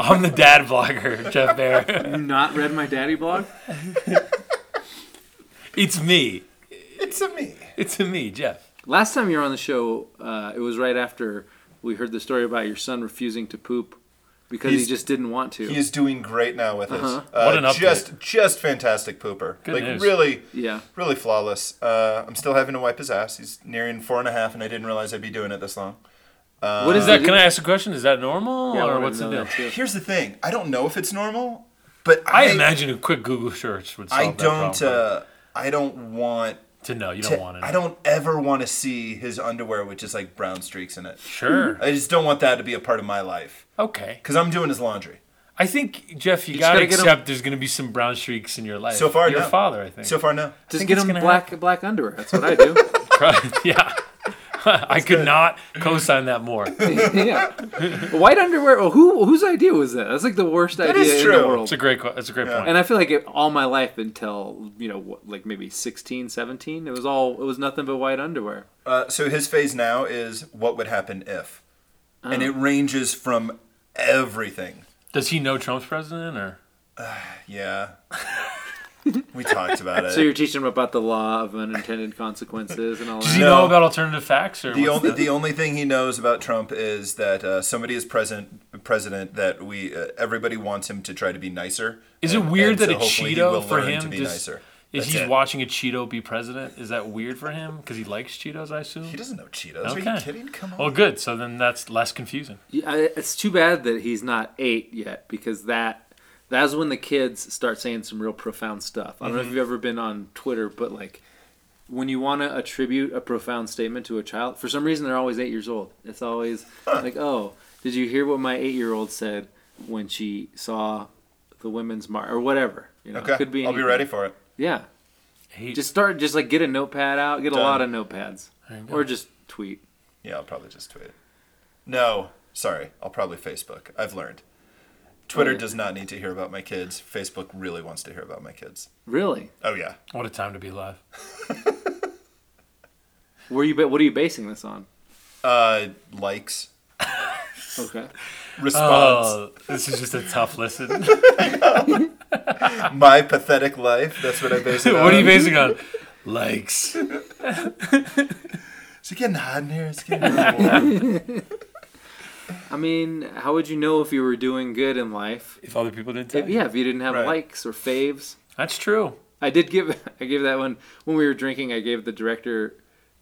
[SPEAKER 3] I'm the dad vlogger, Jeff Bear.
[SPEAKER 1] you not read my daddy blog?
[SPEAKER 3] it's me.
[SPEAKER 2] It's a me.
[SPEAKER 3] It's me, Jeff.
[SPEAKER 1] Last time you were on the show, uh, it was right after we heard the story about your son refusing to poop because he
[SPEAKER 2] He's-
[SPEAKER 1] just didn't want to.
[SPEAKER 2] He is doing great now with us.
[SPEAKER 1] Uh-huh.
[SPEAKER 2] Uh,
[SPEAKER 3] What an update.
[SPEAKER 2] Just, just fantastic pooper.
[SPEAKER 3] Good
[SPEAKER 2] like
[SPEAKER 3] news.
[SPEAKER 2] really,
[SPEAKER 1] Yeah.
[SPEAKER 2] really flawless. Uh, I'm still having to wipe his ass. He's nearing four and a half, and I didn't realize I'd be doing it this long.
[SPEAKER 1] what
[SPEAKER 3] Is that? Can I ask a question? Is that normal,
[SPEAKER 1] Yeah, I
[SPEAKER 3] Uh, or
[SPEAKER 1] wanted
[SPEAKER 3] what's
[SPEAKER 1] to
[SPEAKER 3] the
[SPEAKER 1] know
[SPEAKER 3] deal?
[SPEAKER 1] that too.
[SPEAKER 2] Here's the thing. I don't know if it's normal, but I,
[SPEAKER 3] I imagine a quick Google search would solve
[SPEAKER 2] I
[SPEAKER 3] that problem.
[SPEAKER 2] don't. Uh, I don't want.
[SPEAKER 3] to know you
[SPEAKER 2] To,
[SPEAKER 3] don't want it.
[SPEAKER 2] I don't ever want to see his underwear with just like brown streaks in it.
[SPEAKER 3] Sure.
[SPEAKER 2] I just don't want that to be a part of my life
[SPEAKER 3] Okay.
[SPEAKER 2] because I'm doing his laundry.
[SPEAKER 3] I think Jeff, you,
[SPEAKER 1] just
[SPEAKER 3] gotta,
[SPEAKER 1] gotta get 'em-
[SPEAKER 3] accept there's gonna be some brown streaks in your life.
[SPEAKER 2] So far,
[SPEAKER 3] your
[SPEAKER 2] no.
[SPEAKER 3] father, I think.
[SPEAKER 2] So far, no.
[SPEAKER 1] Just
[SPEAKER 3] think
[SPEAKER 1] get
[SPEAKER 3] it's
[SPEAKER 1] him
[SPEAKER 3] gonna
[SPEAKER 1] black black underwear. That's what I do.
[SPEAKER 3] yeah. I could not co-sign that more.
[SPEAKER 1] yeah, white underwear. Oh, who whose idea was that? That's like the worst idea
[SPEAKER 2] is
[SPEAKER 1] in
[SPEAKER 2] true.
[SPEAKER 1] the world.
[SPEAKER 3] It's a great. que- It's a great point.
[SPEAKER 1] and I feel like it, all my life until you know what, like maybe 16, 17, it was all it was nothing but white underwear.
[SPEAKER 2] Uh, so his phase now is what would happen if, and it ranges from everything.
[SPEAKER 3] Does he know Trump's president, or
[SPEAKER 2] Yeah. we talked about it.
[SPEAKER 1] So you're teaching them about the law of unintended consequences and all
[SPEAKER 3] does he
[SPEAKER 1] that.
[SPEAKER 2] No.
[SPEAKER 3] know about alternative facts, or
[SPEAKER 2] the
[SPEAKER 3] what's
[SPEAKER 2] only the only thing he knows about Trump is that uh, somebody is president president that we uh, everybody wants him to try to be nicer.
[SPEAKER 3] Is it
[SPEAKER 2] And-
[SPEAKER 3] weird
[SPEAKER 2] and so
[SPEAKER 3] that a
[SPEAKER 2] hopefully he will
[SPEAKER 3] Cheeto for
[SPEAKER 2] learn
[SPEAKER 3] him
[SPEAKER 2] to be
[SPEAKER 3] just-
[SPEAKER 2] nicer?
[SPEAKER 3] If
[SPEAKER 2] That's
[SPEAKER 3] he's
[SPEAKER 2] it.
[SPEAKER 3] watching a Cheeto be president, is that weird for him? Because he likes Cheetos, I assume.
[SPEAKER 2] He doesn't know Cheetos. Are you
[SPEAKER 3] Okay.
[SPEAKER 2] kidding? Come on.
[SPEAKER 3] Well, good. So then that's less confusing.
[SPEAKER 1] Yeah, I- it's too bad that he's not eight yet because that that's when the kids start saying some real profound stuff. I don't know
[SPEAKER 2] Mm-hmm.
[SPEAKER 1] if you've ever been on Twitter, but like when you want to attribute a profound statement to a child, for some reason they're always eight years old. It's always like, oh, did you hear what my eight year old said when she saw the women's march or whatever? You know, it
[SPEAKER 2] okay.
[SPEAKER 1] could be
[SPEAKER 2] I'll be
[SPEAKER 1] anything.
[SPEAKER 2] ready for it.
[SPEAKER 1] Yeah,
[SPEAKER 3] He,
[SPEAKER 1] just start. Just like get a notepad out. Get a
[SPEAKER 2] Done.
[SPEAKER 1] lot of notepads,
[SPEAKER 3] There you go.
[SPEAKER 1] or just tweet.
[SPEAKER 2] Yeah, I'll probably just tweet. it. No, sorry. I'll probably Facebook. I've learned. Twitter
[SPEAKER 1] yeah.
[SPEAKER 2] does not need to hear about my kids. Facebook really wants to hear about my kids.
[SPEAKER 1] Really?
[SPEAKER 2] Oh yeah.
[SPEAKER 3] what a time to be alive.
[SPEAKER 1] Where you? ba- What are you basing this on?
[SPEAKER 2] Uh, likes,
[SPEAKER 1] Okay.
[SPEAKER 3] Uh,
[SPEAKER 2] response,
[SPEAKER 3] Oh, this is just a tough listen.
[SPEAKER 2] my pathetic life. That's what I base it on.
[SPEAKER 3] what are you basing it on? Likes.
[SPEAKER 2] Is it getting hot in here? It's getting really warm.
[SPEAKER 1] I mean, how would you know if you were doing good in life?
[SPEAKER 3] If other people didn't tell
[SPEAKER 1] If, yeah, if you didn't have
[SPEAKER 2] Right.
[SPEAKER 1] likes or faves.
[SPEAKER 3] That's true.
[SPEAKER 1] I did give I gave that one when we were drinking. I gave the director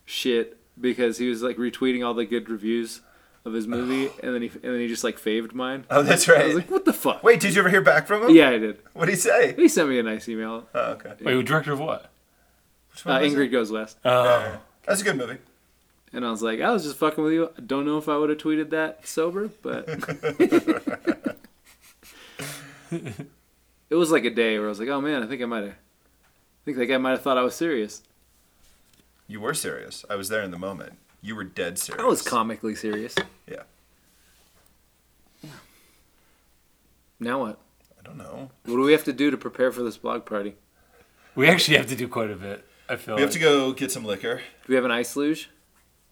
[SPEAKER 1] shit because he was like retweeting all the good reviews of his movie, and then he and then he just like faved mine.
[SPEAKER 2] oh, that's
[SPEAKER 1] I was
[SPEAKER 2] right.
[SPEAKER 1] like, what the fuck?
[SPEAKER 2] Wait, did you ever hear back from him?
[SPEAKER 1] Yeah, I did.
[SPEAKER 2] What did he say?
[SPEAKER 1] He sent me a nice email.
[SPEAKER 2] Oh, okay.
[SPEAKER 3] Wait, director of what?
[SPEAKER 2] Which
[SPEAKER 1] Uh,
[SPEAKER 2] one was it?
[SPEAKER 1] Ingrid goes west,
[SPEAKER 3] Oh,
[SPEAKER 2] That's a good movie.
[SPEAKER 1] and I was like, I was just fucking with you. I don't know if I would have tweeted that sober, but it was like a day where I was like, oh man, I think I might have, I think that guy might have thought I was serious.
[SPEAKER 2] You were serious. I was there in the moment. You were dead serious.
[SPEAKER 1] I was comically serious.
[SPEAKER 2] Yeah.
[SPEAKER 1] Now what?
[SPEAKER 2] I don't know.
[SPEAKER 1] What do we have to do to prepare for this blog party?
[SPEAKER 3] We actually have to do quite a bit. I feel
[SPEAKER 2] We have to go get some liquor.
[SPEAKER 1] Do we have an ice luge?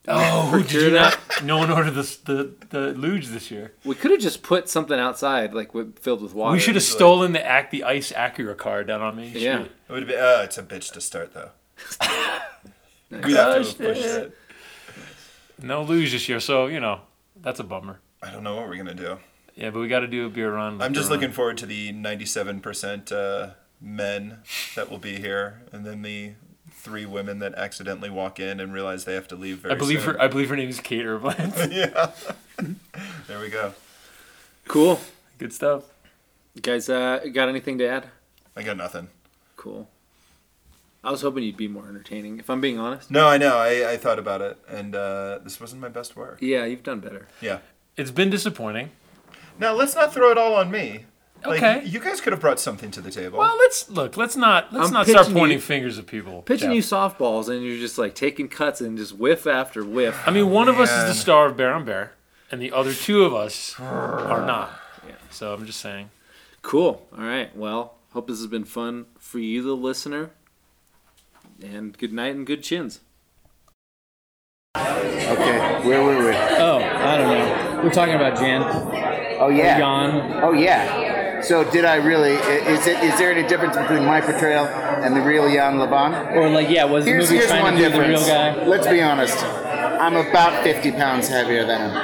[SPEAKER 3] Oh, did
[SPEAKER 1] procure
[SPEAKER 3] you
[SPEAKER 1] that?
[SPEAKER 3] not? No one ordered the the, the luge this year.
[SPEAKER 1] We could have just put something outside, like with, filled with water.
[SPEAKER 3] We should have
[SPEAKER 2] easily.
[SPEAKER 3] stolen the act the ice Acura car down on me.
[SPEAKER 1] Yeah.
[SPEAKER 2] It would be, uh, it's a bitch to start though. we have to
[SPEAKER 3] Gosh,
[SPEAKER 2] push
[SPEAKER 3] dude.
[SPEAKER 2] it.
[SPEAKER 3] No luge this year, so you know that's a bummer.
[SPEAKER 2] I don't know what we're gonna do.
[SPEAKER 3] Yeah, but we got to do a beer run.
[SPEAKER 2] I'm
[SPEAKER 3] liquor
[SPEAKER 2] just
[SPEAKER 3] run.
[SPEAKER 2] looking forward to the 97% uh, men that will be here, and then the three women that accidentally walk in and realize they have to leave. Very
[SPEAKER 3] I believe
[SPEAKER 2] soon.
[SPEAKER 3] her. I believe her name is Kate Irvine.
[SPEAKER 2] yeah. there we go.
[SPEAKER 1] Cool,
[SPEAKER 3] Good stuff.
[SPEAKER 1] You guys. Uh, got anything to add?
[SPEAKER 2] I got nothing.
[SPEAKER 1] Cool. I was hoping you'd be more entertaining. If I'm being honest.
[SPEAKER 2] No, I know. I, I thought about it, and uh, this wasn't my best work.
[SPEAKER 1] Yeah, you've done better.
[SPEAKER 2] Yeah.
[SPEAKER 3] It's been disappointing.
[SPEAKER 2] Now let's not throw it all on me. Like,
[SPEAKER 3] Okay.
[SPEAKER 2] You guys could have brought something to the table.
[SPEAKER 3] Well, let's look. Let's not. Let's
[SPEAKER 1] I'm
[SPEAKER 3] not start
[SPEAKER 1] pitching
[SPEAKER 3] pointing
[SPEAKER 1] you-
[SPEAKER 3] fingers at people.
[SPEAKER 1] Pitching
[SPEAKER 3] Jeff.
[SPEAKER 1] you softballs and you're just like taking cuts and just whiff after whiff.
[SPEAKER 3] I mean, one of us is
[SPEAKER 2] man.
[SPEAKER 3] the star of Bear on Bear, and the other two of us are not. So I'm just saying.
[SPEAKER 1] Cool. All right. Well, hope this has been fun for you, the listener. And good night and good chins.
[SPEAKER 6] Okay, where were we?
[SPEAKER 7] Oh, I don't know. We're talking about Jan.
[SPEAKER 6] Oh yeah.
[SPEAKER 7] Jan.
[SPEAKER 6] Oh yeah. So did I really? i- Is it? Is there any difference between my portrayal and the real Jan Laban?
[SPEAKER 7] Or like, yeah, was
[SPEAKER 6] Here's,
[SPEAKER 7] the movie
[SPEAKER 6] here's
[SPEAKER 7] trying
[SPEAKER 6] one
[SPEAKER 7] to do the
[SPEAKER 6] difference.
[SPEAKER 7] real guy?
[SPEAKER 6] Let's be honest. I'm about 50 pounds heavier than him.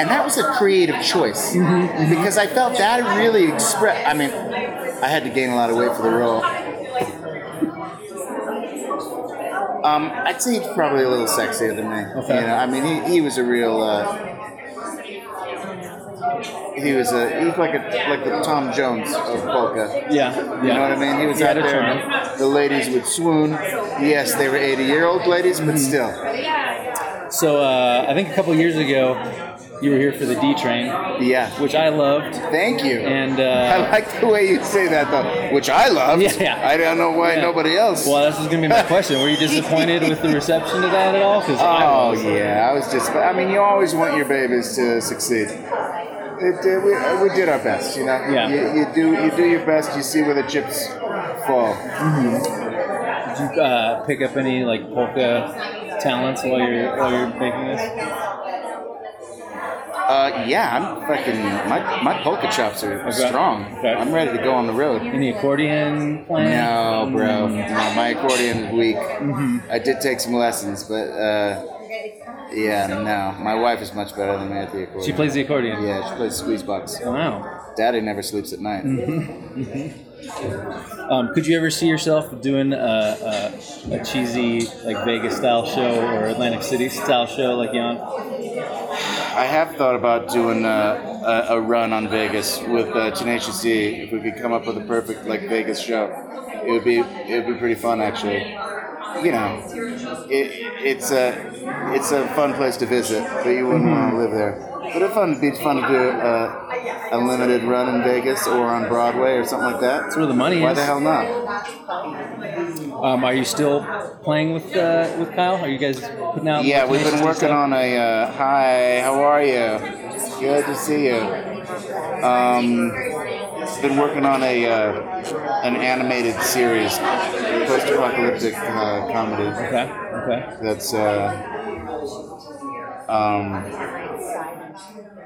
[SPEAKER 6] And that was a creative choice
[SPEAKER 7] Mm-hmm,
[SPEAKER 6] because I felt that really expressed. I mean, I had to gain a lot of weight for the role. Um, I'd say he's probably a little sexier than me.
[SPEAKER 7] Okay.
[SPEAKER 6] You know, I mean, he, he was a real. Uh, he was a he's like a like the Tom Jones of polka.
[SPEAKER 7] Yeah,
[SPEAKER 6] You know
[SPEAKER 7] yeah.
[SPEAKER 6] what I mean? He was
[SPEAKER 7] He
[SPEAKER 6] out
[SPEAKER 7] had a
[SPEAKER 6] there. The ladies would swoon. Yes, they were 80 year old ladies,
[SPEAKER 7] Mm-hmm.
[SPEAKER 6] but still.
[SPEAKER 7] So uh, I think a couple years ago, you were here for the D Train,
[SPEAKER 6] Yeah.
[SPEAKER 7] which I loved,
[SPEAKER 6] Thank you.
[SPEAKER 7] and
[SPEAKER 6] I
[SPEAKER 7] uh,
[SPEAKER 6] like the way you say that, though, which I loved.
[SPEAKER 7] Yeah.
[SPEAKER 6] I don't know why
[SPEAKER 7] Yeah.
[SPEAKER 6] nobody else.
[SPEAKER 7] well, this is gonna be my question. Were you disappointed with the reception to that at all? Because
[SPEAKER 6] Oh yeah, I was just. I mean, you always want your babies to succeed. It, uh, we, uh, we did our best, you know.
[SPEAKER 7] Yeah.
[SPEAKER 6] You, you do you do your best. You see where the chips fall.
[SPEAKER 7] Did you uh, pick up any like polka talents while you're while you're making this?
[SPEAKER 6] Uh, yeah, I'm fucking. My, my polka chops are strong.
[SPEAKER 7] Okay.
[SPEAKER 6] I'm ready to go on the road.
[SPEAKER 7] Any accordion playing?
[SPEAKER 6] No, bro. No, my accordion is weak. I did take some lessons, but uh, yeah, no. My wife is much better than me at the accordion.
[SPEAKER 7] She plays the accordion.
[SPEAKER 6] Yeah, she plays squeeze box.
[SPEAKER 7] Wow.
[SPEAKER 6] Daddy never sleeps at night.
[SPEAKER 7] Um, could you ever see yourself doing a, a, a cheesy like Vegas style show or Atlantic City style show like Jan?
[SPEAKER 6] I have thought about doing uh, a, a run on Vegas with uh, Tenacious D. If we could come up with a perfect like Vegas show, it would be it would be pretty fun actually. You know, it, it's a it's a fun place to visit, but you wouldn't want to live there. But it fun be fun to do a, a limited run in Vegas or on Broadway or something like that. That's
[SPEAKER 7] where the money
[SPEAKER 6] Why
[SPEAKER 7] is.
[SPEAKER 6] the hell not?
[SPEAKER 7] Um, are you still playing with uh, with Kyle? Are you guys putting out?
[SPEAKER 6] Yeah, we've been
[SPEAKER 7] recommendations and
[SPEAKER 6] working
[SPEAKER 7] stuff?
[SPEAKER 6] on a. Uh, hi, how are you? Good to see you. Um, been working on a uh, an animated series, post-apocalyptic uh, comedy.
[SPEAKER 7] Okay. Okay.
[SPEAKER 6] That's uh, um,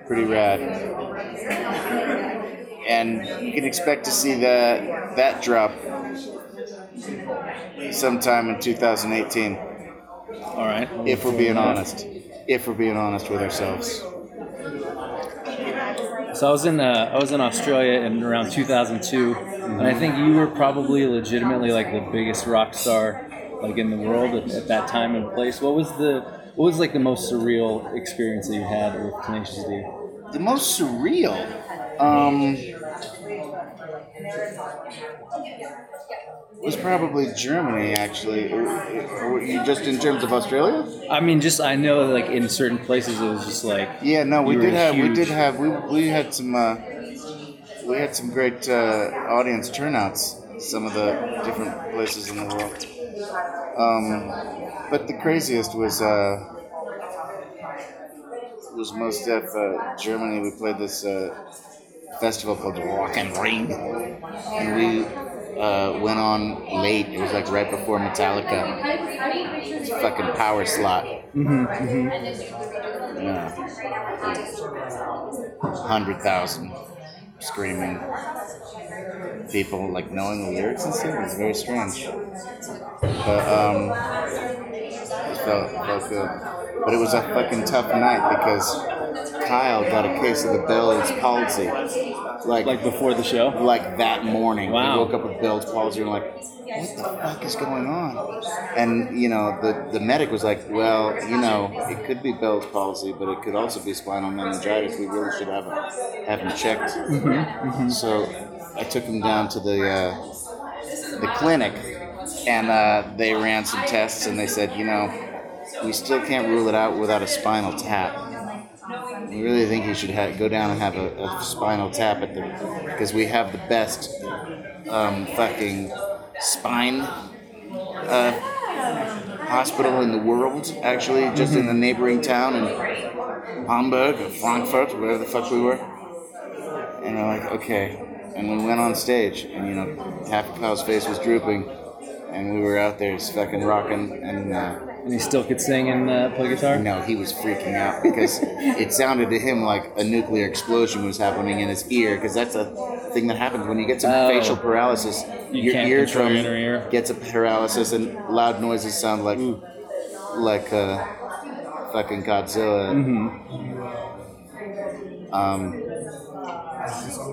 [SPEAKER 6] pretty rad. And you can expect to see that that drop sometime in 2018
[SPEAKER 7] All right.
[SPEAKER 6] if we're being honest. If we're being honest with ourselves.
[SPEAKER 7] So I was in uh, I was in Australia in around 2002, and
[SPEAKER 6] Mm-hmm.
[SPEAKER 7] I think you were probably legitimately like the biggest rock star like in the world at, at that time and place. What was the what was like the most surreal experience that you had with Tenacious D?
[SPEAKER 6] The most surreal. Um, was probably Germany, actually. Or- or you- Just in terms of Australia?
[SPEAKER 7] I mean, just I know like in certain places it was just like
[SPEAKER 6] Yeah, no, we
[SPEAKER 7] You
[SPEAKER 6] did
[SPEAKER 7] were
[SPEAKER 6] have we
[SPEAKER 7] huge.
[SPEAKER 6] did have we, we had some uh, we had some great uh, audience turnouts. Some of the different places in the world. Um, but the craziest was uh, was most def uh, Germany. We played this uh, festival called Rock and Ring, and we uh, went on late. It was like right before Metallica. It's a fucking power slot.
[SPEAKER 7] Mm-hmm,
[SPEAKER 6] Hundred thousand screaming people like knowing the lyrics and stuff. It's very strange. But um, it felt, it felt good. But it was a fucking tough night because Kyle got a case of the Bell's palsy. Like,
[SPEAKER 7] Like before the show?
[SPEAKER 6] like that morning.
[SPEAKER 7] Wow.
[SPEAKER 6] He woke up with Bell's palsy and like, what the fuck is going on? And you know, the the medic was like, well, you know, it could be Bell's palsy, but it could also be spinal meningitis. We really should have him, have him checked.
[SPEAKER 7] Mm-hmm,
[SPEAKER 6] So I took him down to the uh, the clinic, and uh, they ran some tests, and they said, you know, we still can't rule it out without a spinal tap. I really think you should ha- go down and have a, a spinal tap at the because we have the best um, fucking spine uh, hospital in the world. Actually, just in the neighboring town in Hamburg or Frankfurt, wherever the fuck we were. And we're like, okay. And we went on stage, and you know, half of Kyle's face was drooping, and we were out there just fucking rocking and. Uh,
[SPEAKER 7] And he still could sing and uh, play guitar?
[SPEAKER 6] no, he was freaking out because it sounded to him like a nuclear explosion was happening in his ear. Because that's a thing that happens when you get some
[SPEAKER 7] Oh.
[SPEAKER 6] facial paralysis.
[SPEAKER 7] You
[SPEAKER 6] your
[SPEAKER 7] can't control
[SPEAKER 6] eardrum
[SPEAKER 7] your inner ear.
[SPEAKER 6] gets a paralysis, and loud noises sound like like uh, fucking Godzilla.
[SPEAKER 7] Mm-hmm.
[SPEAKER 6] Um,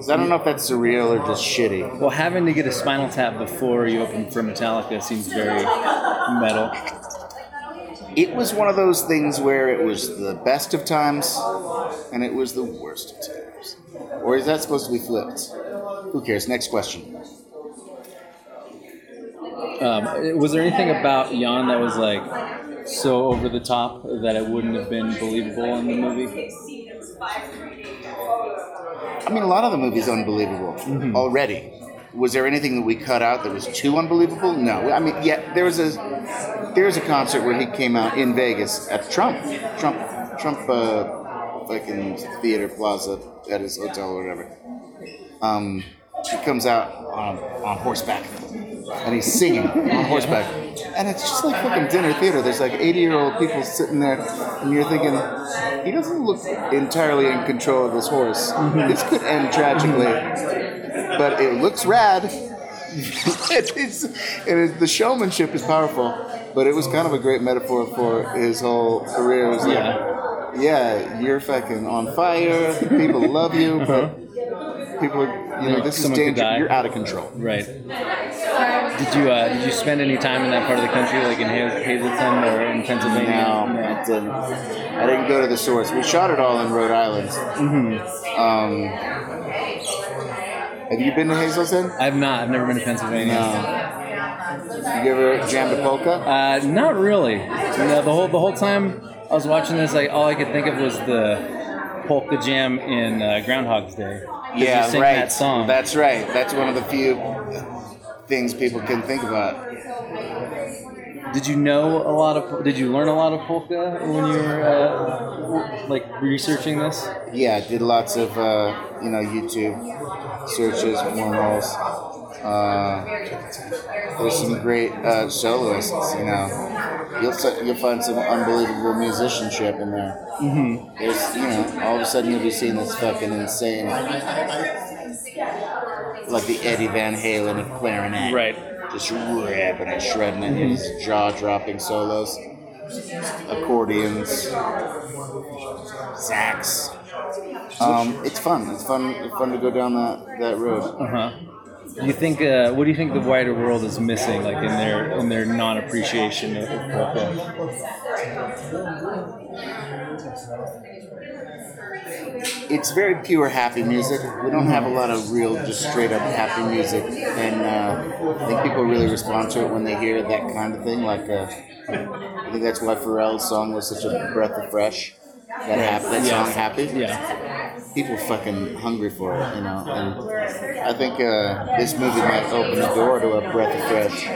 [SPEAKER 6] so I don't know if that's surreal or just shitty.
[SPEAKER 7] Well, having to get a spinal tap before you open for Metallica seems very metal.
[SPEAKER 6] It was one of those things where it was the best of times and it was the worst of times. Or is that supposed to be flipped? Who cares? Next question.
[SPEAKER 7] Um, was there anything about Jan that was like so over the top that it wouldn't have been believable in the movie?
[SPEAKER 6] I mean, a lot of the movie's unbelievable already. Was there anything that we cut out that was too unbelievable? No. I mean, yeah, there was a there was a concert where he came out in Vegas at Trump, Trump, Trump, uh, like in Theater Plaza at his hotel or whatever. Um, he comes out on, on horseback and he's singing on horseback, and it's just like fucking dinner theater. There's like 80 year old people sitting there, and you're thinking, he doesn't look entirely in control of this horse. This could end tragically, but it looks rad. it is, it is, the showmanship is powerful, but it was kind of a great metaphor for his whole career. It was like, yeah. you're fucking on fire. People love you, but people are, you know, this is
[SPEAKER 7] Uh-huh. Someone could
[SPEAKER 6] danger.
[SPEAKER 7] die.
[SPEAKER 6] You're out of control.
[SPEAKER 7] Right. Did you uh, did you spend any time in that part of the country, like in Ha- Hazleton or in Pennsylvania?
[SPEAKER 6] No, I didn't. I didn't go to the source. We shot it all in Rhode Island.
[SPEAKER 7] Mm-hmm.
[SPEAKER 6] Um, have you been to Hazleton?
[SPEAKER 7] I've not. I've never been to Pennsylvania.
[SPEAKER 6] No. um, You ever jammed a polka?
[SPEAKER 7] Uh, not really. No, the whole the whole time I was watching this, like all I could think of was the polka jam in uh, Groundhog's Day. 'Cause you
[SPEAKER 6] Yeah,
[SPEAKER 7] sing
[SPEAKER 6] right.
[SPEAKER 7] That song.
[SPEAKER 6] That's right. That's one of the few things people can think about.
[SPEAKER 7] Did you know a lot of? Did you learn a lot of polka when you were uh, w- like researching this?
[SPEAKER 6] Yeah, I did lots of uh, you know YouTube searches, wormholes. Uh, there's some great uh, soloists. You know, you'll s- you'll find some unbelievable musicianship in there. Mm-hmm. There's you know, all of a sudden you'll be seeing this fucking insane, like the Eddie Van Halen of clarinet,
[SPEAKER 7] Right.
[SPEAKER 6] Just ripping and shredding it, his jaw dropping solos, accordions, sax. Um, it's fun. It's fun. It's fun to go down that, that road.
[SPEAKER 7] Uh huh. You think? Uh, what do you think the wider world is missing, like in their in their non appreciation of of polka?
[SPEAKER 6] It's very pure happy music. We don't have a lot of real, just straight up happy music, and uh, I think people really respond to it when they hear that kind of thing. Like, uh, I think that's why Pharrell's song was such a breath of fresh. That hap- that
[SPEAKER 7] Yeah.
[SPEAKER 6] song, happy.
[SPEAKER 7] Yeah.
[SPEAKER 6] People fucking hungry for it, you know. And I think uh, this movie might open the door to a breath of fresh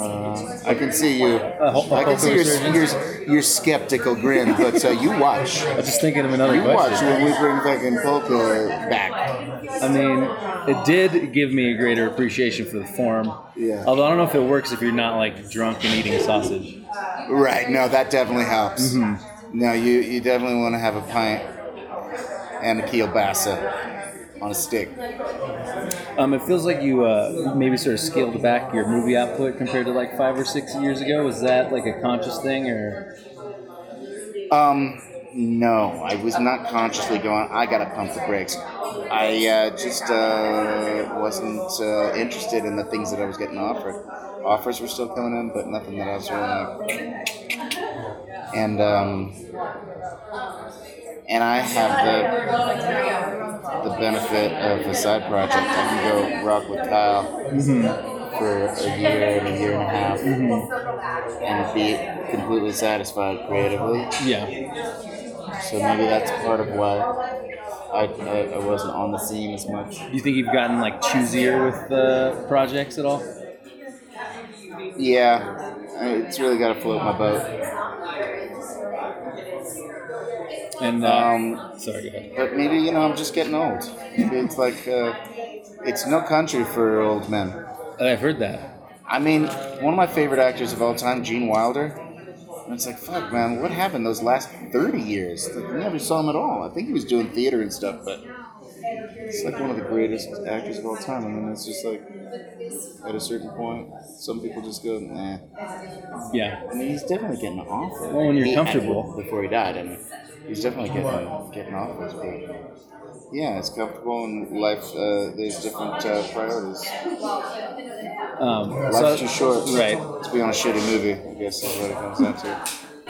[SPEAKER 6] Uh, I can see you.
[SPEAKER 7] ho- a
[SPEAKER 6] I can see your,
[SPEAKER 7] Hokuto
[SPEAKER 6] your, your skeptical grin, but uh, you watch.
[SPEAKER 7] I was just thinking of another
[SPEAKER 6] You
[SPEAKER 7] question.
[SPEAKER 6] watch when we bring fucking polka back.
[SPEAKER 7] I mean, it did give me a greater appreciation for the form.
[SPEAKER 6] Yeah.
[SPEAKER 7] Although I don't know if it works if you're not like drunk and eating sausage.
[SPEAKER 6] Right. No, that definitely helps. No, you you definitely want to have a pint and a kielbasa on a stick.
[SPEAKER 7] Um, it feels like you uh, maybe sort of scaled back your movie output compared to like five or six years ago. Was that like a conscious thing or?
[SPEAKER 6] Um, no, I was not consciously going. I gotta pump the brakes. I uh, just uh, wasn't uh, interested in the things that I was getting offered. Offers were still coming in, but nothing that I was really like. And um, and I have the the benefit of a side project. I can go rock with Kyle for a year and a year and a half, and be completely satisfied creatively.
[SPEAKER 7] Yeah.
[SPEAKER 6] So maybe that's part of why I, I, I wasn't on the scene as much.
[SPEAKER 7] Do you think you've gotten like choosier with uh, projects at all?
[SPEAKER 6] Yeah, I- it's really got to float my boat.
[SPEAKER 7] And uh,
[SPEAKER 6] Um,
[SPEAKER 7] sorry, go ahead.
[SPEAKER 6] but maybe you know I'm just getting old. Maybe it's like uh, it's no country for old men.
[SPEAKER 7] Oh, I've heard that.
[SPEAKER 6] I mean, one of my favorite actors of all time, Gene Wilder. And it's like, fuck, man, what happened those last 30 years? Like, we never saw him at all. I think he was doing theater and stuff, but it's like one of the greatest actors of all time. I mean, it's just like, at a certain point, some people just go, nah.
[SPEAKER 7] Yeah.
[SPEAKER 6] I mean, he's definitely getting off. it.
[SPEAKER 7] Well, when you're
[SPEAKER 6] He-
[SPEAKER 7] comfortable.
[SPEAKER 6] Before he died, I mean, he's definitely getting getting off this. But yeah, it's comfortable and life. Uh, there's different uh, priorities.
[SPEAKER 7] Um, so-
[SPEAKER 6] Life's too short.
[SPEAKER 7] Right.
[SPEAKER 6] It's being on a shitty movie. I guess is what it comes down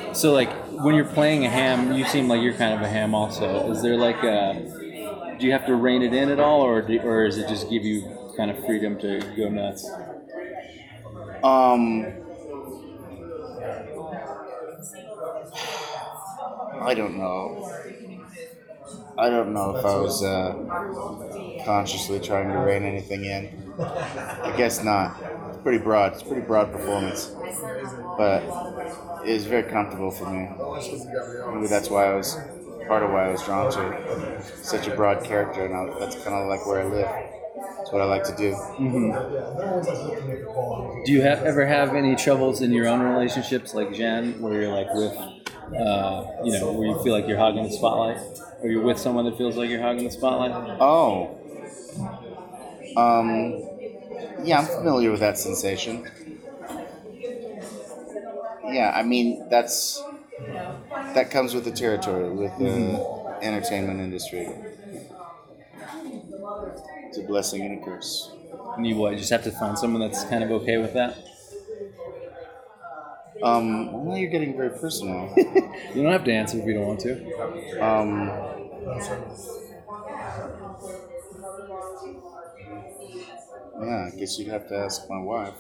[SPEAKER 6] to.
[SPEAKER 7] So like when you're playing a ham, you seem like you're kind of a ham also. Is there like a do you have to rein it in at all, or do, or is it just give you kind of freedom to go nuts?
[SPEAKER 6] Um. I don't know. I don't know if I was uh, consciously trying to rein anything in. I guess not. It's pretty broad. It's a pretty broad performance, but it was very comfortable for me. Maybe that's why I was part of why I was drawn to such a broad character, and I, that's kind of like where I live. It's what I like to do.
[SPEAKER 7] Do you have, ever have any troubles in your own relationships, like Jen, where you're like with, uh, you know, where you feel like you're hogging the spotlight, or you're with someone that feels like you're hogging the spotlight?
[SPEAKER 6] Oh. Um, yeah, I'm familiar with that sensation. Yeah, I mean that's that comes with the territory with the entertainment industry. It's a blessing and a curse.
[SPEAKER 7] And you what? Just have to find someone that's kind of okay with that.
[SPEAKER 6] Um, well, you're getting very personal.
[SPEAKER 7] You don't have to answer if you don't want to.
[SPEAKER 6] Um, yeah, I guess you'd have to ask my wife.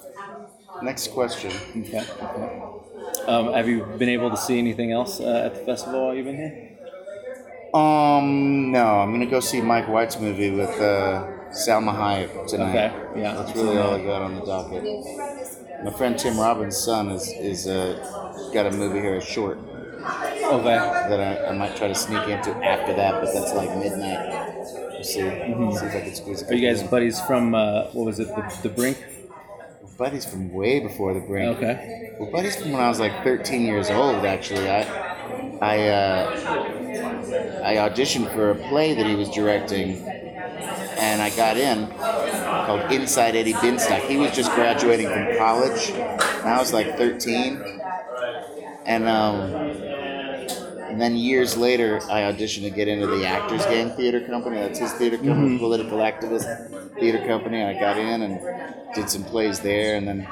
[SPEAKER 6] Next question.
[SPEAKER 7] Okay. okay. Um, have you been able to see anything else uh, at the festival while you've been here?
[SPEAKER 6] Um, no, I'm gonna go see Mike White's movie with uh, Salma Hayek tonight.
[SPEAKER 7] Okay, yeah.
[SPEAKER 6] that's really all I got on the docket. My friend Tim Robbins' son is is uh, got a movie here, a short
[SPEAKER 7] Okay.
[SPEAKER 6] that I, I might try to sneak into after that, but that's like midnight. We'll see. See if I can squeeze.
[SPEAKER 7] Mm-hmm. Are you guys buddies from uh, what was it, the, the Brink?
[SPEAKER 6] Buddy's from way before the break.
[SPEAKER 7] Okay.
[SPEAKER 6] Well, Buddy's from when I was like 13 years old, actually. I, I, uh, I auditioned for a play that he was directing, and I got in called Inside Eddie Binstock. He was just graduating from college, and I was like 13. And, um, and then years later, I auditioned to get into the Actors Gang Theater Company. That's his theater company, political activist theater company. I got in and did some plays there. And then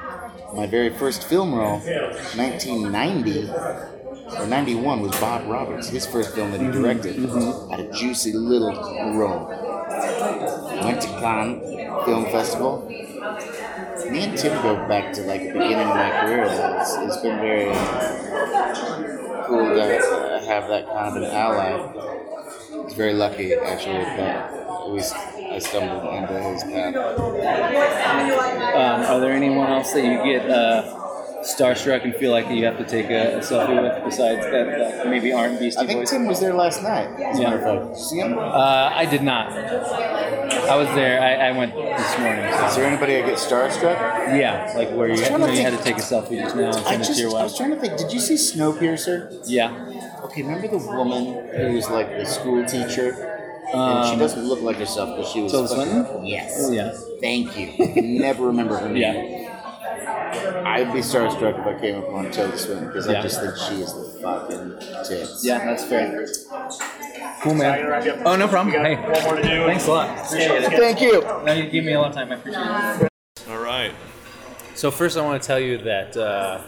[SPEAKER 6] my very first film role, 1990 or 91, was Bob Roberts, his first film that he directed. Had a juicy little role. Went to Cannes Film Festival. Me and Tim go back to like the beginning of my career. It's, it's been very. uh, cool to uh, have that kind of an ally. It's very lucky, actually, that we s- I stumbled into his path.
[SPEAKER 7] Um, are there anyone else that you get uh, starstruck and feel like that you have to take a, a selfie with besides that, that maybe aren't Beastie
[SPEAKER 6] I think
[SPEAKER 7] Boys?
[SPEAKER 6] Tim was there last night. As a
[SPEAKER 7] Yeah.
[SPEAKER 6] matter of fact. See him?
[SPEAKER 7] Uh, I did not. I was there. I, I went this morning.
[SPEAKER 6] Is
[SPEAKER 7] So.
[SPEAKER 6] there anybody I get starstruck?
[SPEAKER 7] Yeah, like where you,
[SPEAKER 6] was
[SPEAKER 7] had,
[SPEAKER 6] trying to
[SPEAKER 7] where you had to
[SPEAKER 6] think-
[SPEAKER 7] take a selfie just now and
[SPEAKER 6] I
[SPEAKER 7] send it
[SPEAKER 6] just
[SPEAKER 7] to your
[SPEAKER 6] I was
[SPEAKER 7] wife.
[SPEAKER 6] trying to think. Did you see Snowpiercer?
[SPEAKER 7] Yeah.
[SPEAKER 6] Okay, remember the woman who was like the school teacher, and she doesn't look like herself because she was.
[SPEAKER 7] Um, Tilda
[SPEAKER 6] fucking-
[SPEAKER 7] Swinton?
[SPEAKER 6] Yes.
[SPEAKER 7] Oh, yeah.
[SPEAKER 6] Thank you. I can Never remember her name.
[SPEAKER 7] Yeah.
[SPEAKER 6] I'd be starstruck if I came upon Tilda Swinton because
[SPEAKER 7] Yeah.
[SPEAKER 6] I just think she is the fucking tits.
[SPEAKER 7] Yeah, that's fair. Cool, man.
[SPEAKER 8] One
[SPEAKER 7] Oh, no problem. Hey,
[SPEAKER 8] more to do.
[SPEAKER 7] thanks a lot. Appreciate it.
[SPEAKER 6] Thank you.
[SPEAKER 7] No, you gave me a lot of time. I appreciate it.
[SPEAKER 8] All right.
[SPEAKER 9] So first, I want to tell you that uh,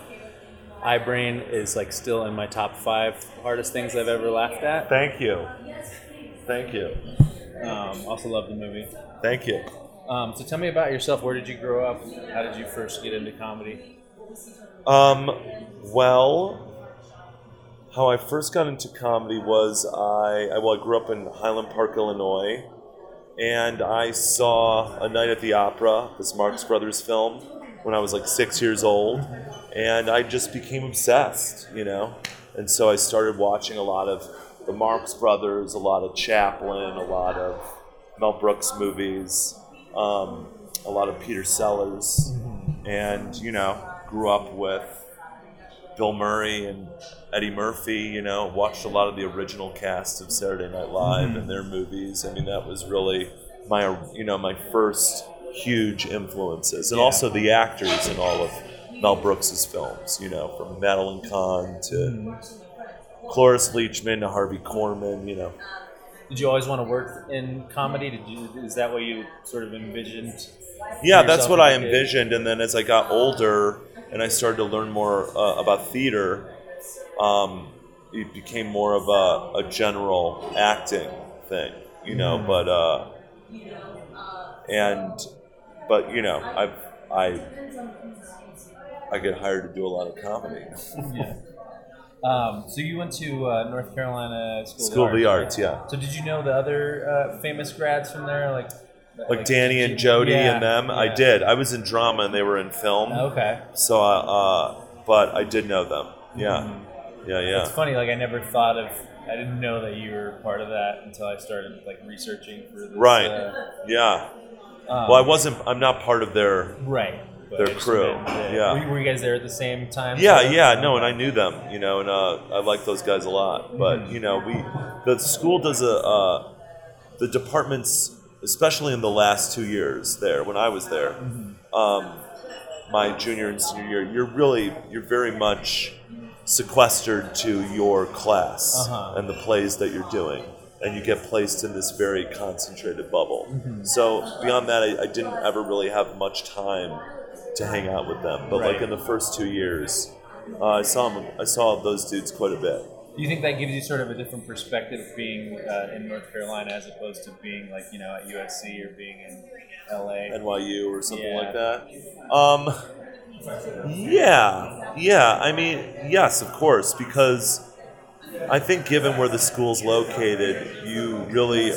[SPEAKER 9] iBrain is like still in my top five hardest things I've ever laughed at.
[SPEAKER 8] Thank you. Thank you.
[SPEAKER 9] Um, also love the movie.
[SPEAKER 8] Thank you.
[SPEAKER 9] Um, so tell me about yourself. Where did you grow up? How did you first get into comedy?
[SPEAKER 8] Um, well, how I first got into comedy was I, I well, I grew up in Highland Park, Illinois, and I saw A Night at the Opera, this Marx Brothers film, when I was like six years old, and I just became obsessed, you know, and so I started watching a lot of the Marx Brothers, a lot of Chaplin, a lot of Mel Brooks movies, um, a lot of Peter Sellers and you know grew up with Bill Murray and Eddie Murphy. You know, watched a lot of the original cast of Saturday Night Live and their movies. I mean, that was really my you know my first huge influences, and also the actors in all of Mel Brooks's films. You know, from Madeline Kahn to Cloris Leachman to Harvey Korman. You know,
[SPEAKER 9] Did you always want to work in comedy? Did you? Is that what you sort of envisioned?
[SPEAKER 8] yeah,
[SPEAKER 9] for
[SPEAKER 8] that's
[SPEAKER 9] yourself
[SPEAKER 8] what I
[SPEAKER 9] as a kid?
[SPEAKER 8] envisioned. And then as I got older and I started to learn more uh, about theater, um, it became more of a, a general acting thing, you know.
[SPEAKER 9] Hmm.
[SPEAKER 8] But uh, and but you know, I I I get hired to do a lot of comedy.
[SPEAKER 9] Um, so you went to uh, North Carolina School,
[SPEAKER 8] School of
[SPEAKER 9] of
[SPEAKER 8] the
[SPEAKER 9] Art.
[SPEAKER 8] Arts, yeah.
[SPEAKER 9] So did you know the other uh, famous grads from there, like
[SPEAKER 8] Like Danny and Jody
[SPEAKER 9] Yeah,
[SPEAKER 8] and them, I
[SPEAKER 9] yeah.
[SPEAKER 8] did. I was in drama and they were in film.
[SPEAKER 9] Okay,
[SPEAKER 8] So, uh, uh, but I did know them.
[SPEAKER 9] Hmm.
[SPEAKER 8] Yeah, yeah, yeah.
[SPEAKER 9] it's funny. Like I never thought of. I didn't know that you were part of that until I started like researching for this.
[SPEAKER 8] Right.
[SPEAKER 9] Uh,
[SPEAKER 8] Yeah.
[SPEAKER 9] um,
[SPEAKER 8] Well, I wasn't. I'm not part of their.
[SPEAKER 9] right. but
[SPEAKER 8] their
[SPEAKER 9] I just
[SPEAKER 8] crew,
[SPEAKER 9] meant that-
[SPEAKER 8] yeah.
[SPEAKER 9] Were you, were you guys there at the same time?
[SPEAKER 8] Yeah,
[SPEAKER 9] So-
[SPEAKER 8] yeah. No, and I knew them. You know, and uh, I like those guys a lot.
[SPEAKER 9] Mm-hmm.
[SPEAKER 8] But you know, we the school does a uh, the departments, especially in the last two years there when I was there,
[SPEAKER 9] Mm-hmm.
[SPEAKER 8] um, my junior and senior year. You're really you're very much sequestered to your class
[SPEAKER 9] Uh-huh.
[SPEAKER 8] and the plays that you're doing. And you get placed in this very concentrated bubble.
[SPEAKER 9] Mm-hmm.
[SPEAKER 8] So beyond that, I, I didn't ever really have much time to hang out with them. But like
[SPEAKER 9] Right.
[SPEAKER 8] in the first two years, uh, I saw 'em- I saw those dudes quite a bit.
[SPEAKER 9] Do you think that gives you sort of a different perspective of being uh, in North Carolina as opposed to being like you know at USC or being in LA?
[SPEAKER 8] NYU or something
[SPEAKER 9] Yeah.
[SPEAKER 8] like that. Um, yeah, yeah. I mean, yes, of course, because I think given where the school's located, you really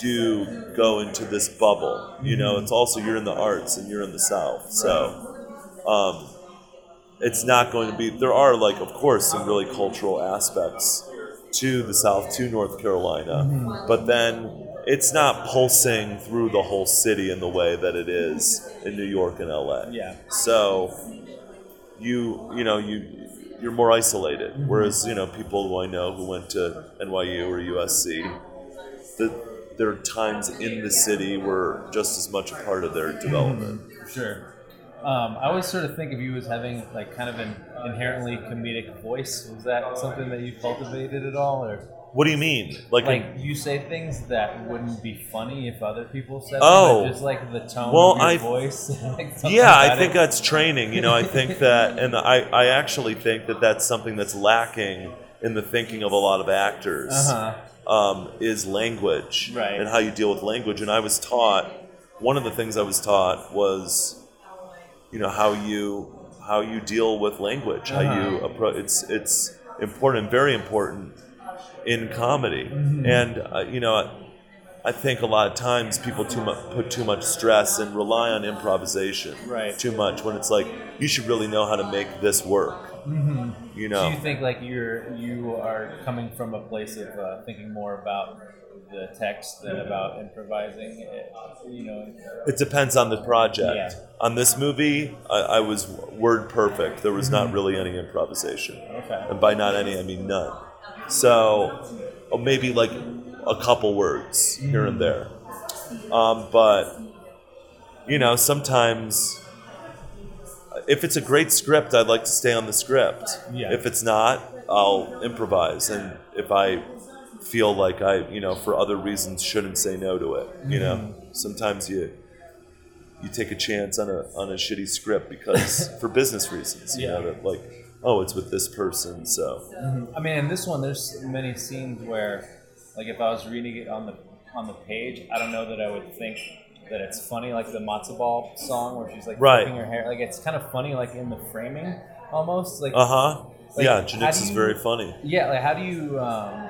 [SPEAKER 8] do go into this bubble. You know, it's also you're in the arts and you're in the South, so um, it's not going to be. There are like, of course, some really cultural aspects to the South, to North Carolina, but then. It's not pulsing through the whole city in the way that it is in New York and LA.
[SPEAKER 9] Yeah.
[SPEAKER 8] So you you know you you're more isolated.
[SPEAKER 9] Mm-hmm.
[SPEAKER 8] Whereas you know people who I know who went to NYU or USC, the, their times in the city were just as much a part of
[SPEAKER 9] Mm-hmm.
[SPEAKER 8] their development.
[SPEAKER 9] Sure. Um, I always sort of think of you as having like kind of an inherently comedic voice. Was that something that you cultivated at all, or
[SPEAKER 8] What do you mean? Like,
[SPEAKER 9] like you say things that wouldn't be funny if other people said? them,
[SPEAKER 8] Oh.
[SPEAKER 9] but just like the tone
[SPEAKER 8] Well,
[SPEAKER 9] of your
[SPEAKER 8] I-
[SPEAKER 9] voice. like, something
[SPEAKER 8] yeah, I
[SPEAKER 9] about
[SPEAKER 8] think
[SPEAKER 9] it.
[SPEAKER 8] that's training. You know, I think that, and I I actually think that that's something that's lacking in the thinking of a lot of actors.
[SPEAKER 9] Uh-huh.
[SPEAKER 8] um, is language
[SPEAKER 9] Right.
[SPEAKER 8] and how you deal with language. And I was taught one of the things I was taught was, you know, how you how you deal with language, how you
[SPEAKER 9] Uh-huh.
[SPEAKER 8] approach. It's it's
[SPEAKER 7] Mm-hmm.
[SPEAKER 8] important, very important in comedy. And uh, you know, I- I think a lot of times people too much put too much stress and rely on improvisation
[SPEAKER 7] Right.
[SPEAKER 8] too much when it's like you should really know how to make this work. You know,
[SPEAKER 7] Do Mm-hmm. you think like you're you are coming from a place of uh, thinking more about the text
[SPEAKER 8] Mm-hmm.
[SPEAKER 7] than about improvising? It, you know,
[SPEAKER 8] It depends on the project.
[SPEAKER 7] Yeah.
[SPEAKER 8] On this movie, I, I was word perfect. There was not really any improvisation.
[SPEAKER 7] Mm-hmm. Okay.
[SPEAKER 8] And by not any, I mean none. So, oh, maybe like a couple words here
[SPEAKER 7] Mm-hmm.
[SPEAKER 8] and there. Um, but, you know, sometimes if it's a great script, I'd like to stay on the script.
[SPEAKER 7] Yeah.
[SPEAKER 8] If it's not, I'll improvise. And if I feel like I, you know, for other reasons, shouldn't say no to it, you know,
[SPEAKER 7] Mm-hmm.
[SPEAKER 8] sometimes you you take a chance on a on a shitty script because for business reasons, you know,
[SPEAKER 7] Yeah.
[SPEAKER 8] that like, oh, it's with this person, so
[SPEAKER 7] I mean, in this one, there's many scenes where, like, if I was reading it on the on the page, I don't know that I would think that it's funny, like the matzo ball song where she's like
[SPEAKER 8] Right.
[SPEAKER 7] flipping her hair. Like, it's kind of funny, like in the framing, almost. Like,
[SPEAKER 8] uh huh,
[SPEAKER 7] Like,
[SPEAKER 8] yeah,
[SPEAKER 7] how
[SPEAKER 8] Janix
[SPEAKER 7] do
[SPEAKER 8] is
[SPEAKER 7] you-
[SPEAKER 8] very funny.
[SPEAKER 7] yeah. Like, how do you? Um,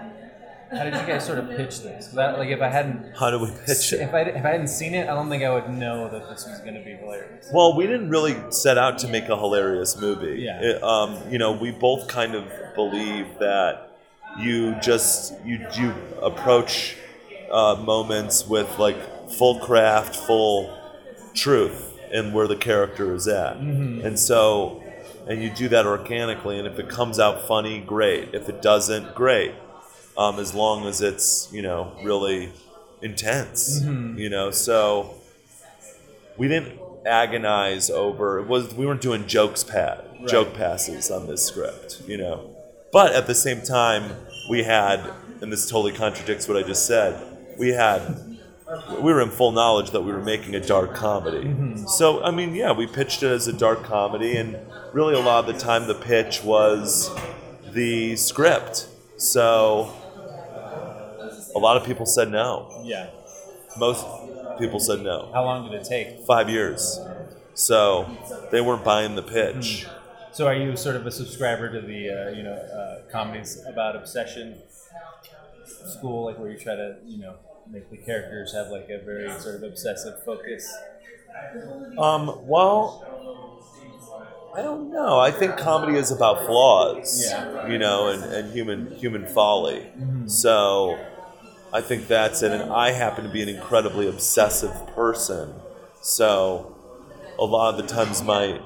[SPEAKER 7] how did you guys sort of pitch this? 'Cause I, like, if I hadn't.
[SPEAKER 8] How do we pitch it?
[SPEAKER 7] If I, if I hadn't seen it, I don't think I would know that this was going to be hilarious.
[SPEAKER 8] Well, we didn't really set out to make a hilarious movie.
[SPEAKER 7] Yeah.
[SPEAKER 8] It, um, you know, we both kind of believe that you just you you approach uh, moments with like full craft, full truth, and where the character is at, and so and you do that organically. And if it comes out funny, great. If it doesn't, great. Um, as long as it's you know really intense, you know so we didn't agonize over it was we weren't doing jokes pad joke passes on this script you know but at the same time we had and this totally contradicts what i just said we had we were in full knowledge that we were making a dark comedy so i mean yeah we pitched it as a dark comedy and really a lot of the time the pitch was the script so a lot of people said no
[SPEAKER 7] Yeah.
[SPEAKER 8] most people said no
[SPEAKER 7] How long did it take?
[SPEAKER 8] five years. So they weren't buying the pitch.
[SPEAKER 7] So, are you sort of a subscriber to the uh, you know uh, comedies about obsession school, like where you try to you know make the characters have like a very sort of obsessive focus?
[SPEAKER 8] Um, well, I don't know. I think comedy is about flaws,
[SPEAKER 7] Yeah.
[SPEAKER 8] you know, and, and human human folly. So I think that's it. And I happen to be an incredibly obsessive person. So a lot of the times, my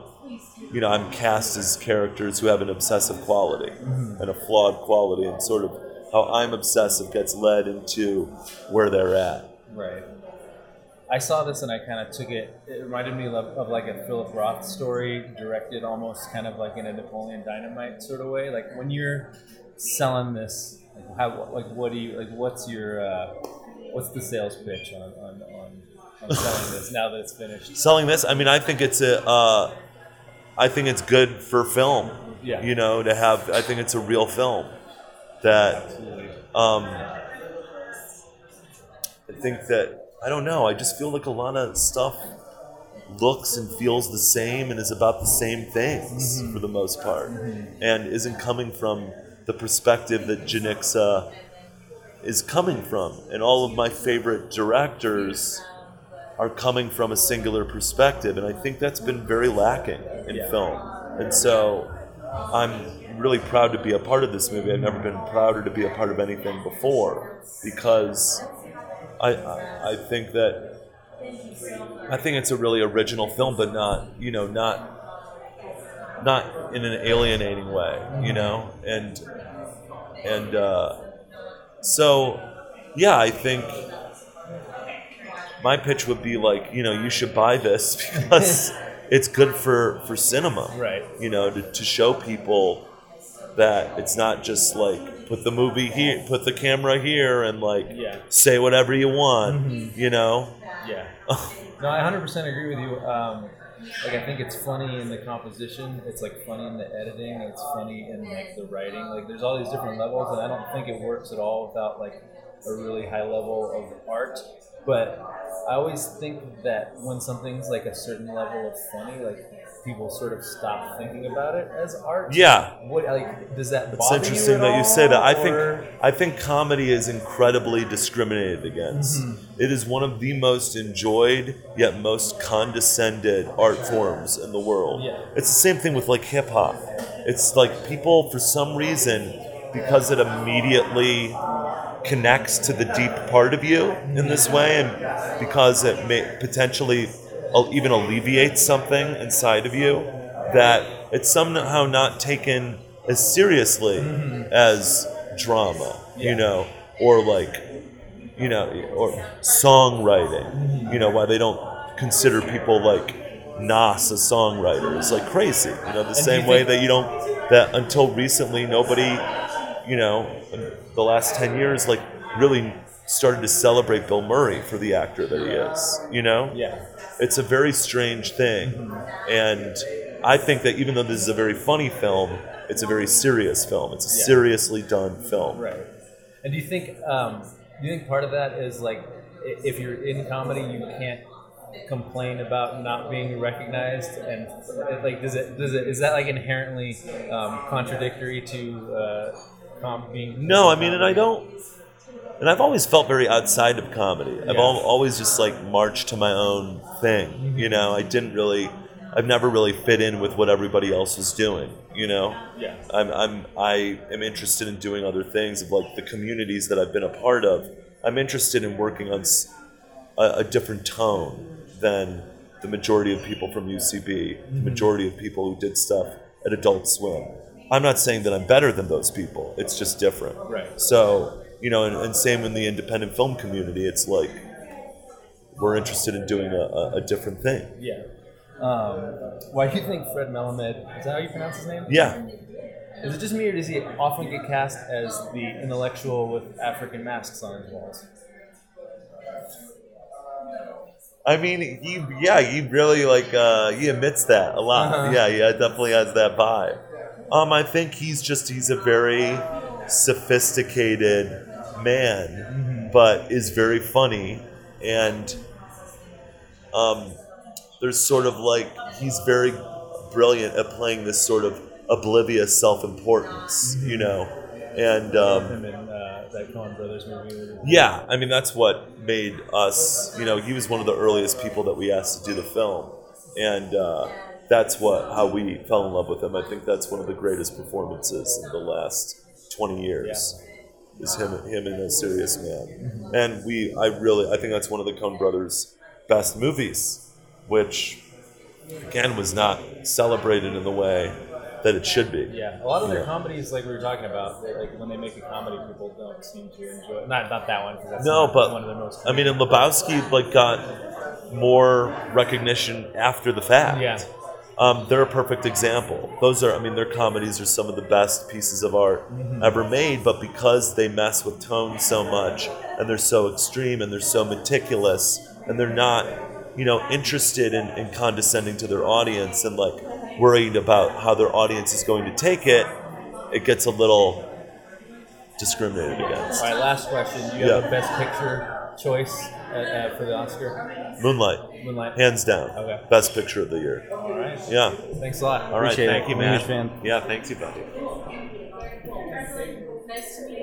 [SPEAKER 8] you know, I'm cast as characters who have an obsessive quality and a flawed quality, and sort of how I'm obsessive gets led into where they're at.
[SPEAKER 7] Right. I saw this and I kind of took it. It reminded me of, of like a Philip Roth story, directed almost kind of like in a Napoleon Dynamite sort of way. Like when you're selling this, like how, like what do you, like what's your, uh, what's the sales pitch on on, on, on selling this now that it's finished?
[SPEAKER 8] selling this i mean i think it's a uh, i think it's good for film
[SPEAKER 7] Yeah.
[SPEAKER 8] you know to have i think it's a real film that um i think that i don't know i just feel like a lot of stuff looks and feels the same and is about the same things for the most part and isn't coming from the perspective that Janixa is coming from and all of my favorite directors are coming from a singular perspective, and I think that's been very lacking in
[SPEAKER 7] Yeah.
[SPEAKER 8] film. And so, I'm really proud to be a part of this movie. I've never been prouder to be a part of anything before because I I, I think that I think it's a really original film, but not you know not not in an alienating way, you know, and and uh, so yeah, I think my pitch would be like, you know, you should buy this because it's good for for cinema,
[SPEAKER 7] Right.
[SPEAKER 8] You know, to, to show people that it's not just like put the movie here, put the camera here, and like
[SPEAKER 7] Yeah. Mm-hmm.
[SPEAKER 8] say whatever you want, you know.
[SPEAKER 7] Yeah. no, I 100% agree with you. Um, like I think it's funny in the composition. It's like funny in the editing. It's funny in like the writing. Like there's all these different levels, and I don't think it works at all without like a really high level of art. But I always think that when something's like a certain level of funny, like people sort of stop thinking about it as art.
[SPEAKER 8] Yeah.
[SPEAKER 7] What like does that?
[SPEAKER 8] It's
[SPEAKER 7] bother you
[SPEAKER 8] interesting
[SPEAKER 7] at
[SPEAKER 8] that you
[SPEAKER 7] all,
[SPEAKER 8] say that. I
[SPEAKER 7] or-
[SPEAKER 8] think I think comedy is incredibly discriminated against. It is one of the most enjoyed yet most condescended art forms in the world.
[SPEAKER 7] Yeah.
[SPEAKER 8] It's the same thing with like hip hop. It's like people for some reason because it immediately connects to the deep part of you in this way and because it may potentially al- even alleviates something inside of you that it's somehow not taken as seriously as drama you know or like you know or songwriting you know why they don't consider people like Nas a songwriter is like crazy you know the
[SPEAKER 7] do you
[SPEAKER 8] same way
[SPEAKER 7] think-
[SPEAKER 8] that you don't that until recently nobody you know, in the last 10 years, like, really started to celebrate Bill Murray for the actor that he is, you know?
[SPEAKER 7] Yeah.
[SPEAKER 8] It's a very strange thing. And I think that even though this is a very funny film, it's a very serious film. It's a
[SPEAKER 7] Yeah.
[SPEAKER 8] seriously done film.
[SPEAKER 7] Right. And do you think um, do you think part of that is like i- if you're in comedy, you can't complain about not being recognized and uh, like does it does it is that like inherently um, contradictory to uh, com- being
[SPEAKER 8] No, I mean, and I don't. And I've always felt very outside of comedy. I've
[SPEAKER 7] Yeah.
[SPEAKER 8] al- always just like marched to my own thing. You know, I didn't really, I've never really fit in with what everybody else was doing. You know,
[SPEAKER 7] Yeah.
[SPEAKER 8] I'm, I'm, I am interested in doing other things of like the communities that I've been a part of. I'm interested in working on s- a, a different tone than the majority of people from UCB, the majority of people who did stuff at Adult Swim. I'm not saying that I'm better than those people. It's just different.
[SPEAKER 7] Right.
[SPEAKER 8] So you know, and, and same in the independent film community. It's like we're interested in doing a, a, a different thing.
[SPEAKER 7] Yeah. Um, why do you think Fred Melamed is that how you pronounce his name?
[SPEAKER 8] Yeah.
[SPEAKER 7] Is it just me or does he often get cast as the intellectual with African masks on his walls?
[SPEAKER 8] I mean, he yeah, he really like uh, he admits that a lot.
[SPEAKER 7] Uh-huh.
[SPEAKER 8] Yeah, yeah, definitely has that vibe. Um, I think he's just he's a very sophisticated man, but is very funny, and um, there's sort of like he's very brilliant at playing this sort of oblivious self-importance, you know, and um,
[SPEAKER 7] Him in uh, that Coen Brothers movie. with-
[SPEAKER 8] yeah, I mean that's what made us. You know, he was one of the earliest people that we asked to do the film, and uh, that's what how we fell in love with him. I think that's one of the greatest performances in the last twenty years. Is him him in a serious man, and we I really I think that's one of the Coen Brothers' best movies, which again was not celebrated in the way that it should be.
[SPEAKER 7] Yeah, a lot of their
[SPEAKER 8] Yeah.
[SPEAKER 7] comedies, like we were talking about, they, like when they make a comedy, people don't seem to enjoy. It. Not not that one. 'cause that's
[SPEAKER 8] No,
[SPEAKER 7] not
[SPEAKER 8] but
[SPEAKER 7] one of their most.
[SPEAKER 8] I mean, and Lebowski like got more recognition after the fact.
[SPEAKER 7] Yeah.
[SPEAKER 8] Um, they're a perfect example. Those are, I mean, their comedies are some of the best pieces of art
[SPEAKER 7] Mm-hmm.
[SPEAKER 8] ever made, but because they mess with tone so much and they're so extreme and they're so meticulous and they're not, you know, interested in, in condescending to their audience and like worried about how their audience is going to take it, it gets a little discriminated against.
[SPEAKER 7] All right, last question. Do you have
[SPEAKER 8] Yeah.
[SPEAKER 7] a best picture choice at, uh, for the Oscar?
[SPEAKER 8] Moonlight.
[SPEAKER 7] Moonlight.
[SPEAKER 8] Hands down.
[SPEAKER 7] Okay.
[SPEAKER 8] Best picture of the year.
[SPEAKER 7] All right.
[SPEAKER 8] Yeah.
[SPEAKER 7] Thanks a lot.
[SPEAKER 8] All right.
[SPEAKER 9] Appreciate
[SPEAKER 8] Thank
[SPEAKER 9] it.
[SPEAKER 8] you,
[SPEAKER 9] I'm a
[SPEAKER 8] man.
[SPEAKER 9] huge fan.
[SPEAKER 8] Yeah. Thanks, you, buddy.
[SPEAKER 10] Nice to meet you.